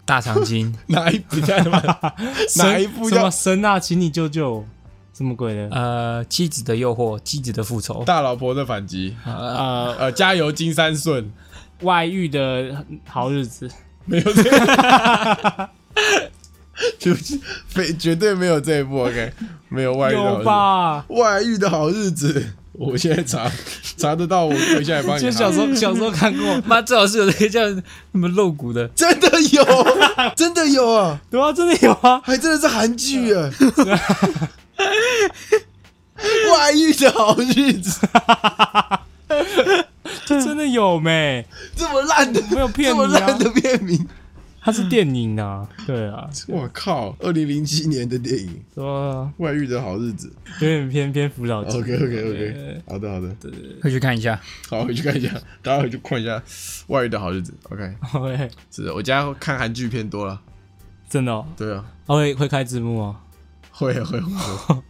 Speaker 3: 大长
Speaker 2: *laughs*
Speaker 3: 今，
Speaker 4: 哪一部叫什么？ *laughs* 哪一部
Speaker 2: 神什
Speaker 4: 叫
Speaker 2: 么神啊，请你救救我，什么鬼的？
Speaker 3: 呃，妻子的诱惑，妻子的复仇，
Speaker 4: 《
Speaker 2: 哦
Speaker 4: 大老婆的反击》？
Speaker 2: 呃，
Speaker 4: 呃，加油金三顺， *laughs*
Speaker 2: 外遇的好日子，
Speaker 4: 没有这个，对不起，非绝对没有这一部。OK，没有外遇的好日
Speaker 2: 有
Speaker 4: 子
Speaker 2: 吧？
Speaker 4: 外遇的好日子，我现在查查得到，我等一下也帮你
Speaker 2: 就
Speaker 4: 查。
Speaker 2: 小时 *laughs* 候小时候看过，
Speaker 3: 妈，最好是有那个叫什么露骨
Speaker 2: *laughs*
Speaker 3: 的，
Speaker 4: 真的有，真的有啊，
Speaker 2: 对啊，真的有啊，
Speaker 4: 还真的是韩剧啊。 *laughs* 外遇的好日子，
Speaker 2: 就真的有没？
Speaker 4: 这么烂的，
Speaker 2: 没有骗
Speaker 4: 这么
Speaker 2: 你啊
Speaker 4: 烂，的片名，
Speaker 2: 它是电影啊，对啊，
Speaker 4: 我靠！二零零七年的电影
Speaker 2: 说啊
Speaker 4: 《外遇的好日子
Speaker 2: 有点偏偏辅
Speaker 4: *laughs*
Speaker 2: 导》。级 *laughs*
Speaker 4: OK OK OK，好的好的，
Speaker 3: 快去看一下。
Speaker 4: 好，回去看一下，大家回去看一下《外遇的好日子》。OK，
Speaker 2: ，OK，
Speaker 4: 是的，我家看韩剧片多了。
Speaker 2: 真的哦，
Speaker 4: 对啊，
Speaker 2: 它会会开字幕哦
Speaker 4: 会啊会啊会啊。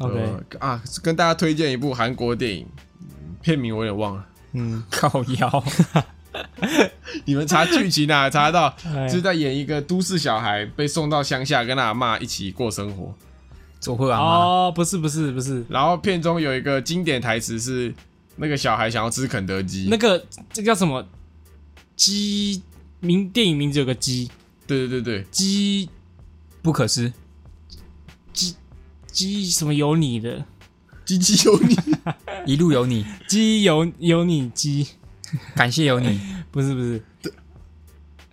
Speaker 4: 对啊
Speaker 2: OK，
Speaker 4: 啊，跟大家推荐一部韩国电影，嗯片名我有点忘了，
Speaker 2: 嗯，
Speaker 3: 靠
Speaker 2: *laughs*
Speaker 3: 腰，
Speaker 4: 你们查剧情啊，查得到，
Speaker 2: 哎
Speaker 4: 就是在演一个都市小孩被送到乡下跟他阿妈一起过生活。
Speaker 3: 走回阿妈，
Speaker 2: 哦，不是不是不是，
Speaker 4: 然后片中有一个经典台词是，那个小孩想要吃肯德基，
Speaker 2: 那个这叫什么鸡名电影名字有个鸡
Speaker 4: 对对对对，
Speaker 2: 鸡
Speaker 3: 不可思，
Speaker 2: 鸡什么有你的
Speaker 4: 鸡鸡有你，
Speaker 3: 一路有你，
Speaker 2: 鸡有有你鸡，
Speaker 3: 感谢有你，
Speaker 2: 不是不是，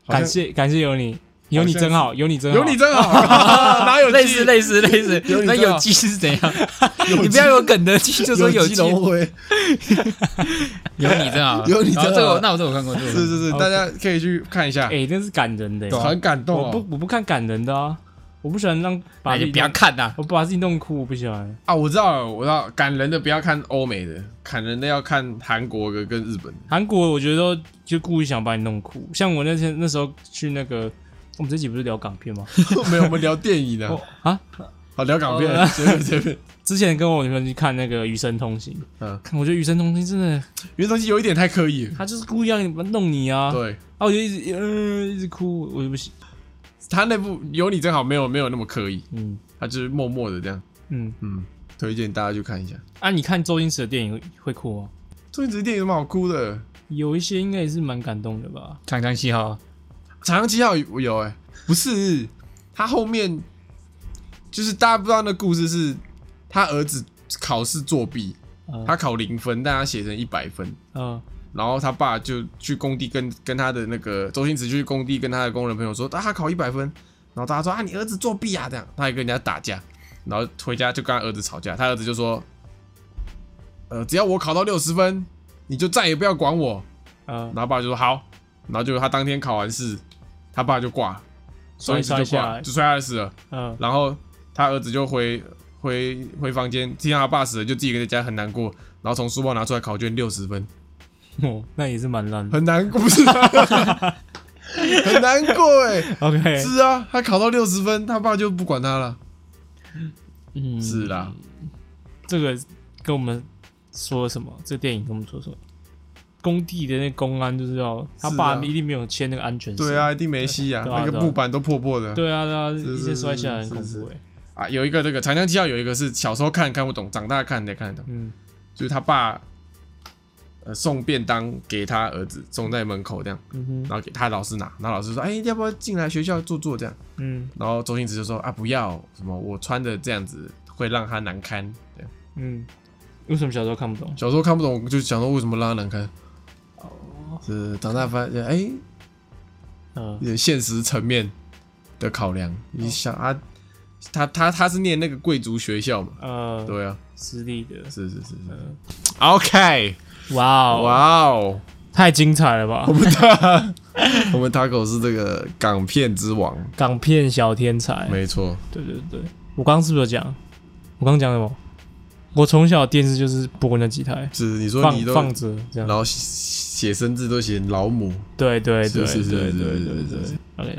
Speaker 4: 好像
Speaker 2: 感谢感谢有你，有你真好，有你真好，
Speaker 4: 有你真好， *laughs* 哪有
Speaker 3: 类
Speaker 4: 鸡
Speaker 3: 似类似类似
Speaker 4: 有，你
Speaker 3: 那
Speaker 4: 知道
Speaker 3: 有鸡是怎
Speaker 4: *laughs*
Speaker 3: 样？你不要有梗的鸡，就说有
Speaker 4: 鸡
Speaker 3: 鸡，
Speaker 4: 龙辉，
Speaker 3: 有你真好，
Speaker 4: *laughs* 有你真好
Speaker 3: 然后这个我那我这个我看过，这个我看
Speaker 4: *laughs*
Speaker 3: 过
Speaker 4: 是是是，
Speaker 2: OK
Speaker 4: 大家可以去看一下，
Speaker 2: 哎，真是感人的，
Speaker 4: 很感动
Speaker 2: 我不
Speaker 4: 哦
Speaker 2: 我不看感人的啊，我哎不喜欢让把
Speaker 3: 那
Speaker 2: 自己
Speaker 3: 就不要
Speaker 2: 弄
Speaker 3: 看啊呐。
Speaker 2: 我把自己弄哭，我不喜欢。
Speaker 4: 啊！我知道了，我知道，感人的不要看欧美的，感人的要看韩国的跟 *laughs* 日本的。
Speaker 2: 韩国我觉得都就故意想把你弄哭，像我那天那时候去那个，我们这集不是聊港片 *laughs* 吗？
Speaker 4: 没有，我们聊电影的
Speaker 2: 哦，啊，
Speaker 4: 好聊港片，啊随便随便。
Speaker 2: 之前跟我女朋友去看那个《余生通行》，
Speaker 4: 嗯
Speaker 2: 看我觉得《余生通行》真的，
Speaker 4: 原东西有一点太刻意了，
Speaker 2: 他就是故意让你弄你啊，啊，
Speaker 4: 对
Speaker 2: 我就一直嗯、一直哭，我就不行，
Speaker 4: 他那部有你真好，没有没有那么刻意，
Speaker 2: 嗯
Speaker 4: 他就是默默的这样，
Speaker 2: 嗯，
Speaker 4: 嗯，推荐大家去看一下。
Speaker 2: 啊，你看周星驰的电影会会哭吗？
Speaker 4: 周星驰电影有什么好哭的？
Speaker 2: 有一些应该也是蛮感动的吧，
Speaker 3: 长江七号，啊
Speaker 4: 《长江七号》有有哎、不是，他后面就是大家不知道那故事是他儿子考试作弊，
Speaker 2: 嗯
Speaker 4: 他考零分，但他写成一百分，
Speaker 2: 嗯、
Speaker 4: 然后他爸就去工地跟跟他的那个周星驰就去工地跟他的工人朋友说，啊、他考一百分，然后大家说啊你儿子作弊啊这样，他还跟人家打架，然后回家就跟他儿子吵架，他儿子就说，呃只要我考到六十分，你就再也不要管我，
Speaker 2: 呃，
Speaker 4: 然后爸就说好，然后结果他当天考完试，他爸就挂了，所
Speaker 2: 摔
Speaker 4: 以
Speaker 2: 摔
Speaker 4: 就
Speaker 2: 下
Speaker 4: 挂
Speaker 2: 来
Speaker 4: 了，就摔下来死了。
Speaker 2: 嗯、
Speaker 4: 然后他儿子就回回回房间，听到他爸死了，就自己一个人在家很难过，然后从书包拿出来考卷六十分，
Speaker 2: 哦，那也是蛮烂的。
Speaker 4: 很难过，不是 *laughs* 啊很难过哎、
Speaker 2: OK，
Speaker 4: *laughs* 是啊，他考到六十分，他爸就不管他了，
Speaker 2: 嗯，
Speaker 4: 是啦，
Speaker 2: 这个跟我们说什么？这电影跟我们说什么？工地的那公安就是要他
Speaker 4: 是
Speaker 2: 爸
Speaker 4: 啊
Speaker 2: 一定没有签那个安全绳。
Speaker 4: 对啊，一定没戏啊，
Speaker 2: 对啊
Speaker 4: 那个
Speaker 2: 对啊
Speaker 4: 木板都破破的，
Speaker 2: 对啊，对啊，一些
Speaker 4: 是
Speaker 2: 摔下来很
Speaker 4: 是
Speaker 2: 恐
Speaker 4: 是
Speaker 2: 怖哎、
Speaker 4: 啊，有一个这个《长江七号》有一个是小时候看看不懂，长大看才看得懂。
Speaker 2: 嗯，
Speaker 4: 就是他爸呃送便当给他儿子，送在门口这样，
Speaker 2: 嗯哼，
Speaker 4: 然后给他老师拿，然后老师说，哎、要不要进来学校坐坐这样？
Speaker 2: 嗯
Speaker 4: 然后周星驰就说啊，不要，什么我穿的这样子会让他难堪。对，
Speaker 2: 嗯，为什么小时候看不懂？
Speaker 4: 小时候看不懂，就想说为什么让他难堪。是长大发现，哎、
Speaker 2: 嗯、
Speaker 4: 有现实层面的考量。你想啊，他他他是念那个贵族学校嘛？
Speaker 2: 呃，
Speaker 4: 对啊，
Speaker 2: 私立的，
Speaker 4: 是是是是。OK，
Speaker 2: 哇哦，
Speaker 4: 哇嗯哦。
Speaker 2: 太精彩了吧！
Speaker 4: 我们 Taco 是这个港片之王，
Speaker 2: 港片小天才，
Speaker 4: 没错。
Speaker 2: 对对对，我刚刚是不是有讲？我刚刚讲什么？我从小电视就是播那几台，
Speaker 4: 是你说
Speaker 2: 放
Speaker 4: 你都，
Speaker 2: 放着这
Speaker 4: 然
Speaker 2: 样，
Speaker 4: 后写写生字都写老母，
Speaker 2: 对对对对
Speaker 4: 是是是
Speaker 2: 对
Speaker 4: 是
Speaker 2: 对
Speaker 4: 是是是
Speaker 2: 对，OK，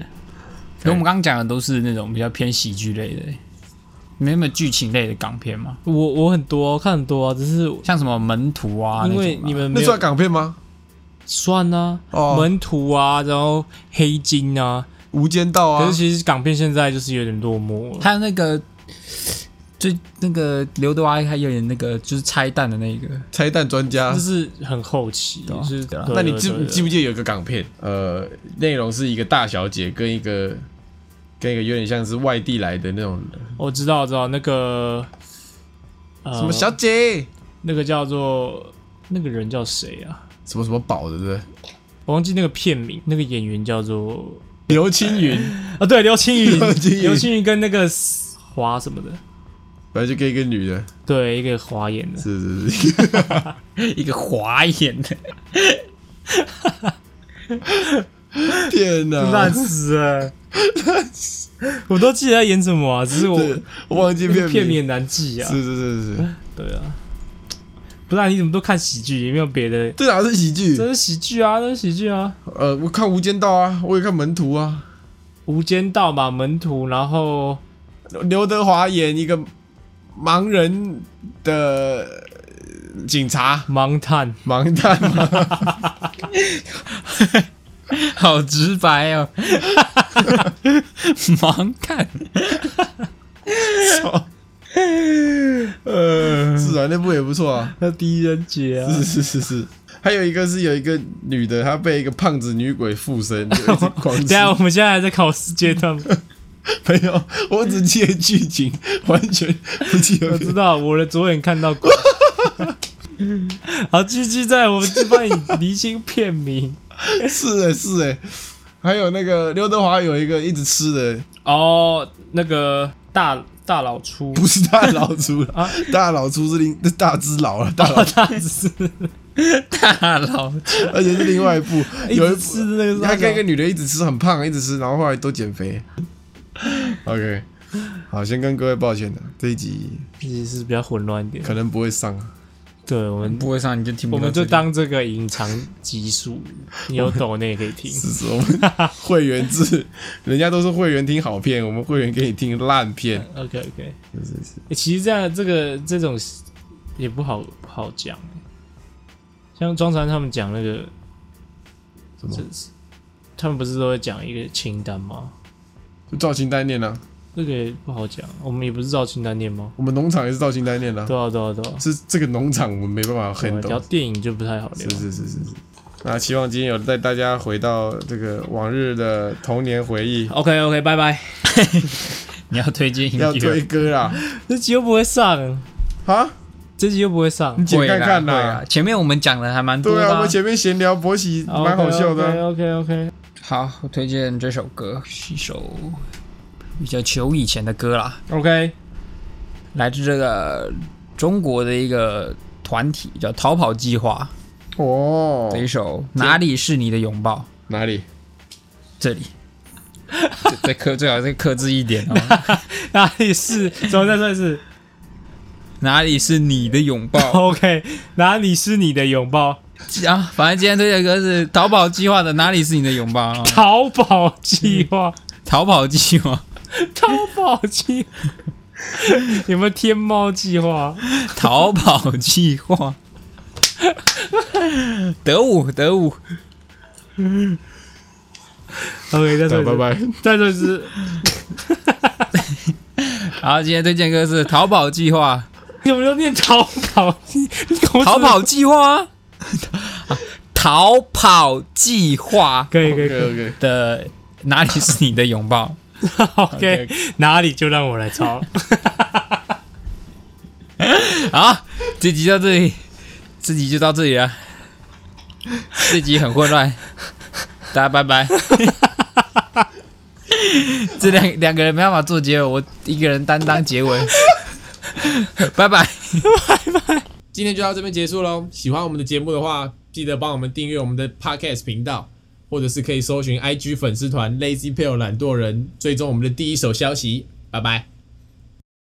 Speaker 3: 可是我们刚刚讲的都是那种比较偏喜剧类的欸，没有没有剧情类的港片嘛？
Speaker 2: 我我很多、我看很多啊，只是
Speaker 3: 像什么门徒啊，
Speaker 2: 因
Speaker 3: 那
Speaker 2: 为
Speaker 3: 种吧
Speaker 2: 你们
Speaker 4: 那
Speaker 2: 没
Speaker 4: 算
Speaker 2: 有
Speaker 4: 港片吗？
Speaker 2: 算啊，
Speaker 4: 哦
Speaker 2: 门徒啊，然后黑金啊，
Speaker 4: 无间道
Speaker 2: 可
Speaker 4: 啊
Speaker 2: 是，其实港片现在就是有点落寞了。
Speaker 3: 还有那个最那个刘德华还有点那个就是拆弹的那个，
Speaker 4: 拆弹专家
Speaker 2: 就。是很后期，
Speaker 3: 对啊
Speaker 2: 就是
Speaker 3: 对啊
Speaker 2: 对
Speaker 4: 那你记
Speaker 2: 对
Speaker 4: 不
Speaker 2: 对
Speaker 4: 记不记得有一个港片？呃，内容是一个大小姐跟一个跟一个有点像是外地来的那种
Speaker 2: 我知道，我知道那个呃
Speaker 4: 什么小姐，
Speaker 2: 那个叫做那个人叫谁啊？
Speaker 4: 什么什么宝的，对不对？
Speaker 2: 我忘记那个片名，那个演员叫做
Speaker 4: 刘青云，
Speaker 2: 啊，对， *laughs* 刘青云
Speaker 4: 刘青，云
Speaker 2: 刘青云跟那个华什么的，
Speaker 4: 反正就跟一个女的，
Speaker 2: 对，一个华演的，
Speaker 4: 是是 *laughs* 是，
Speaker 3: *laughs* 一个华眼的，
Speaker 4: 天哪
Speaker 3: 烂！死
Speaker 2: *laughs*
Speaker 3: 了。
Speaker 2: 我都记得他演什么啊，只是我
Speaker 4: 对我忘记
Speaker 2: 那个
Speaker 4: 片
Speaker 2: 片名
Speaker 4: 名，
Speaker 2: 很难记啊
Speaker 4: 是。是是是，
Speaker 2: 对啊，不然你怎么都看喜剧？有没有别的？
Speaker 4: 这哪是喜剧
Speaker 2: 这？是喜剧啊，这是喜剧啊，《
Speaker 4: 呃，我看《无间道》啊，我也看《门徒》啊，
Speaker 2: 无间道》嘛，《门徒》，然后
Speaker 4: 刘德华演一个盲人的呃警察，
Speaker 2: 《*laughs* 盲探》。
Speaker 4: 盲探嘛，
Speaker 3: 好直白哦， *laughs* 盲 *laughs* 看，
Speaker 4: 呃，是啊，那部也不错啊，
Speaker 2: 那狄仁杰啊，
Speaker 4: 是是是是。还有一个是有一个女的，她被一个胖子女鬼
Speaker 2: *laughs*
Speaker 4: 附身，就一直狂
Speaker 2: 等
Speaker 4: 吃
Speaker 2: 一下我们现在还在考试阶段，
Speaker 4: 没有，我只记得剧情，完全不记得
Speaker 2: *laughs* 我
Speaker 4: 别
Speaker 2: 知
Speaker 4: 的。
Speaker 2: 道我的左眼看到鬼。 *laughs* 好，继续在我们这帮你厘清片名
Speaker 4: 是哎、是哎、还有那个刘德华有一个一直吃的，
Speaker 2: 哦。那个大大老粗
Speaker 4: 不是大老粗了，
Speaker 2: 啊哦
Speaker 4: 大老粗是另大只佬了，大老，
Speaker 2: 大只，
Speaker 3: 大佬，
Speaker 4: 而且是另外一部，
Speaker 2: *laughs* 一
Speaker 4: 有
Speaker 2: 直
Speaker 4: 一部
Speaker 2: 吃那个
Speaker 4: 他
Speaker 2: 啥
Speaker 4: 跟一个女的一直吃，很胖，一直吃，然后后来都减
Speaker 2: *laughs*
Speaker 4: 肥。OK，好，先跟各位抱歉的，这一集
Speaker 2: 其实是比较混乱一点。
Speaker 4: 可能不会上啊。
Speaker 2: 对我们，
Speaker 3: 不会上你就听不
Speaker 2: 我
Speaker 3: 到
Speaker 2: 们
Speaker 3: 这
Speaker 2: 就
Speaker 3: 里。
Speaker 2: 当这个隐藏集数，你有抖那也可以
Speaker 4: *laughs*
Speaker 2: 听。
Speaker 4: 是是，我们会员制，人家都是会员听好片，我们会员给你听烂片。
Speaker 2: OK OK，
Speaker 4: 是是是，
Speaker 2: 欸其实这样这个这种也不好不好讲欸，像庄传他们讲那个
Speaker 4: 什么
Speaker 2: 这是他们不是都会讲一个清单吗？
Speaker 4: 就照清单念啊，
Speaker 2: 这个也不好讲，我们也不是照清单念吗？
Speaker 4: 我们农场也是照清单念啊。
Speaker 2: 对啊，对啊，对啊。
Speaker 4: 是这个农场我们没办法很
Speaker 2: 聊
Speaker 4: 懂。
Speaker 2: 电影就不太好聊
Speaker 4: 是，是是是是。那希望今天有带大家回到这个往日的童年回忆。
Speaker 2: OK OK，拜拜。
Speaker 3: 你要推荐音
Speaker 4: 要
Speaker 3: 乐
Speaker 4: 推，歌啊啦！
Speaker 2: 这集又不会上，
Speaker 4: 啊，
Speaker 2: 这集又不会上
Speaker 4: 你。剪
Speaker 3: 会啦
Speaker 4: 看看
Speaker 3: 会啦。前面我们讲的还蛮多
Speaker 4: 对
Speaker 3: 的
Speaker 4: 啊，我
Speaker 3: 啊、
Speaker 4: 们前面闲聊博喜 *laughs* 蛮好笑的啊。
Speaker 2: OK OK，
Speaker 3: 好，我推荐这首歌，是一首比较久以前的歌啦，
Speaker 2: OK，
Speaker 3: 来自这个中国的一个团体叫逃跑计划
Speaker 4: 哦
Speaker 3: 的一首《哪里是你的拥抱》。
Speaker 4: 哪里？
Speaker 3: 这里，这再克最好再克制一点哦。
Speaker 2: *laughs* 哪里是？怎么再说一次
Speaker 3: *laughs* 哪里是你的拥抱
Speaker 2: ？OK，哪里是你的拥抱？ *laughs*
Speaker 3: 啊？反正今天推荐的歌是逃跑计划的《哪里是你的拥抱》哦，
Speaker 2: 淘宝计划，
Speaker 3: 逃跑计划，
Speaker 2: 淘宝计划，有没有天猫计划？
Speaker 3: *laughs* 逃跑计划。得五得五，
Speaker 2: OK，再说
Speaker 4: 好
Speaker 2: 一次
Speaker 4: 拜，拜。
Speaker 2: 再说一次。
Speaker 3: 然后今天推荐歌是《逃跑计划
Speaker 2: 你有没有念淘宝？你你口齿》，
Speaker 3: 逃跑计划，啊逃跑计划
Speaker 2: 可以可以
Speaker 4: OK
Speaker 2: 可以
Speaker 4: OK，
Speaker 3: 的哪里是你的拥抱？
Speaker 2: ，OK，哪里就让我来抄。
Speaker 3: 好，这集到这里，这集就到这里了。这集很混乱，大家拜拜。这两两个人没办法做结尾，我一个人担当结尾。拜拜。
Speaker 1: 今天就到这边结束喽。喜欢我们的节目的话，记得帮我们订阅我们的 Podcast 频道，或者是可以搜寻 IG 粉丝团 Lazy p a l e 懒惰人，追踪我们的第一手消息。拜拜。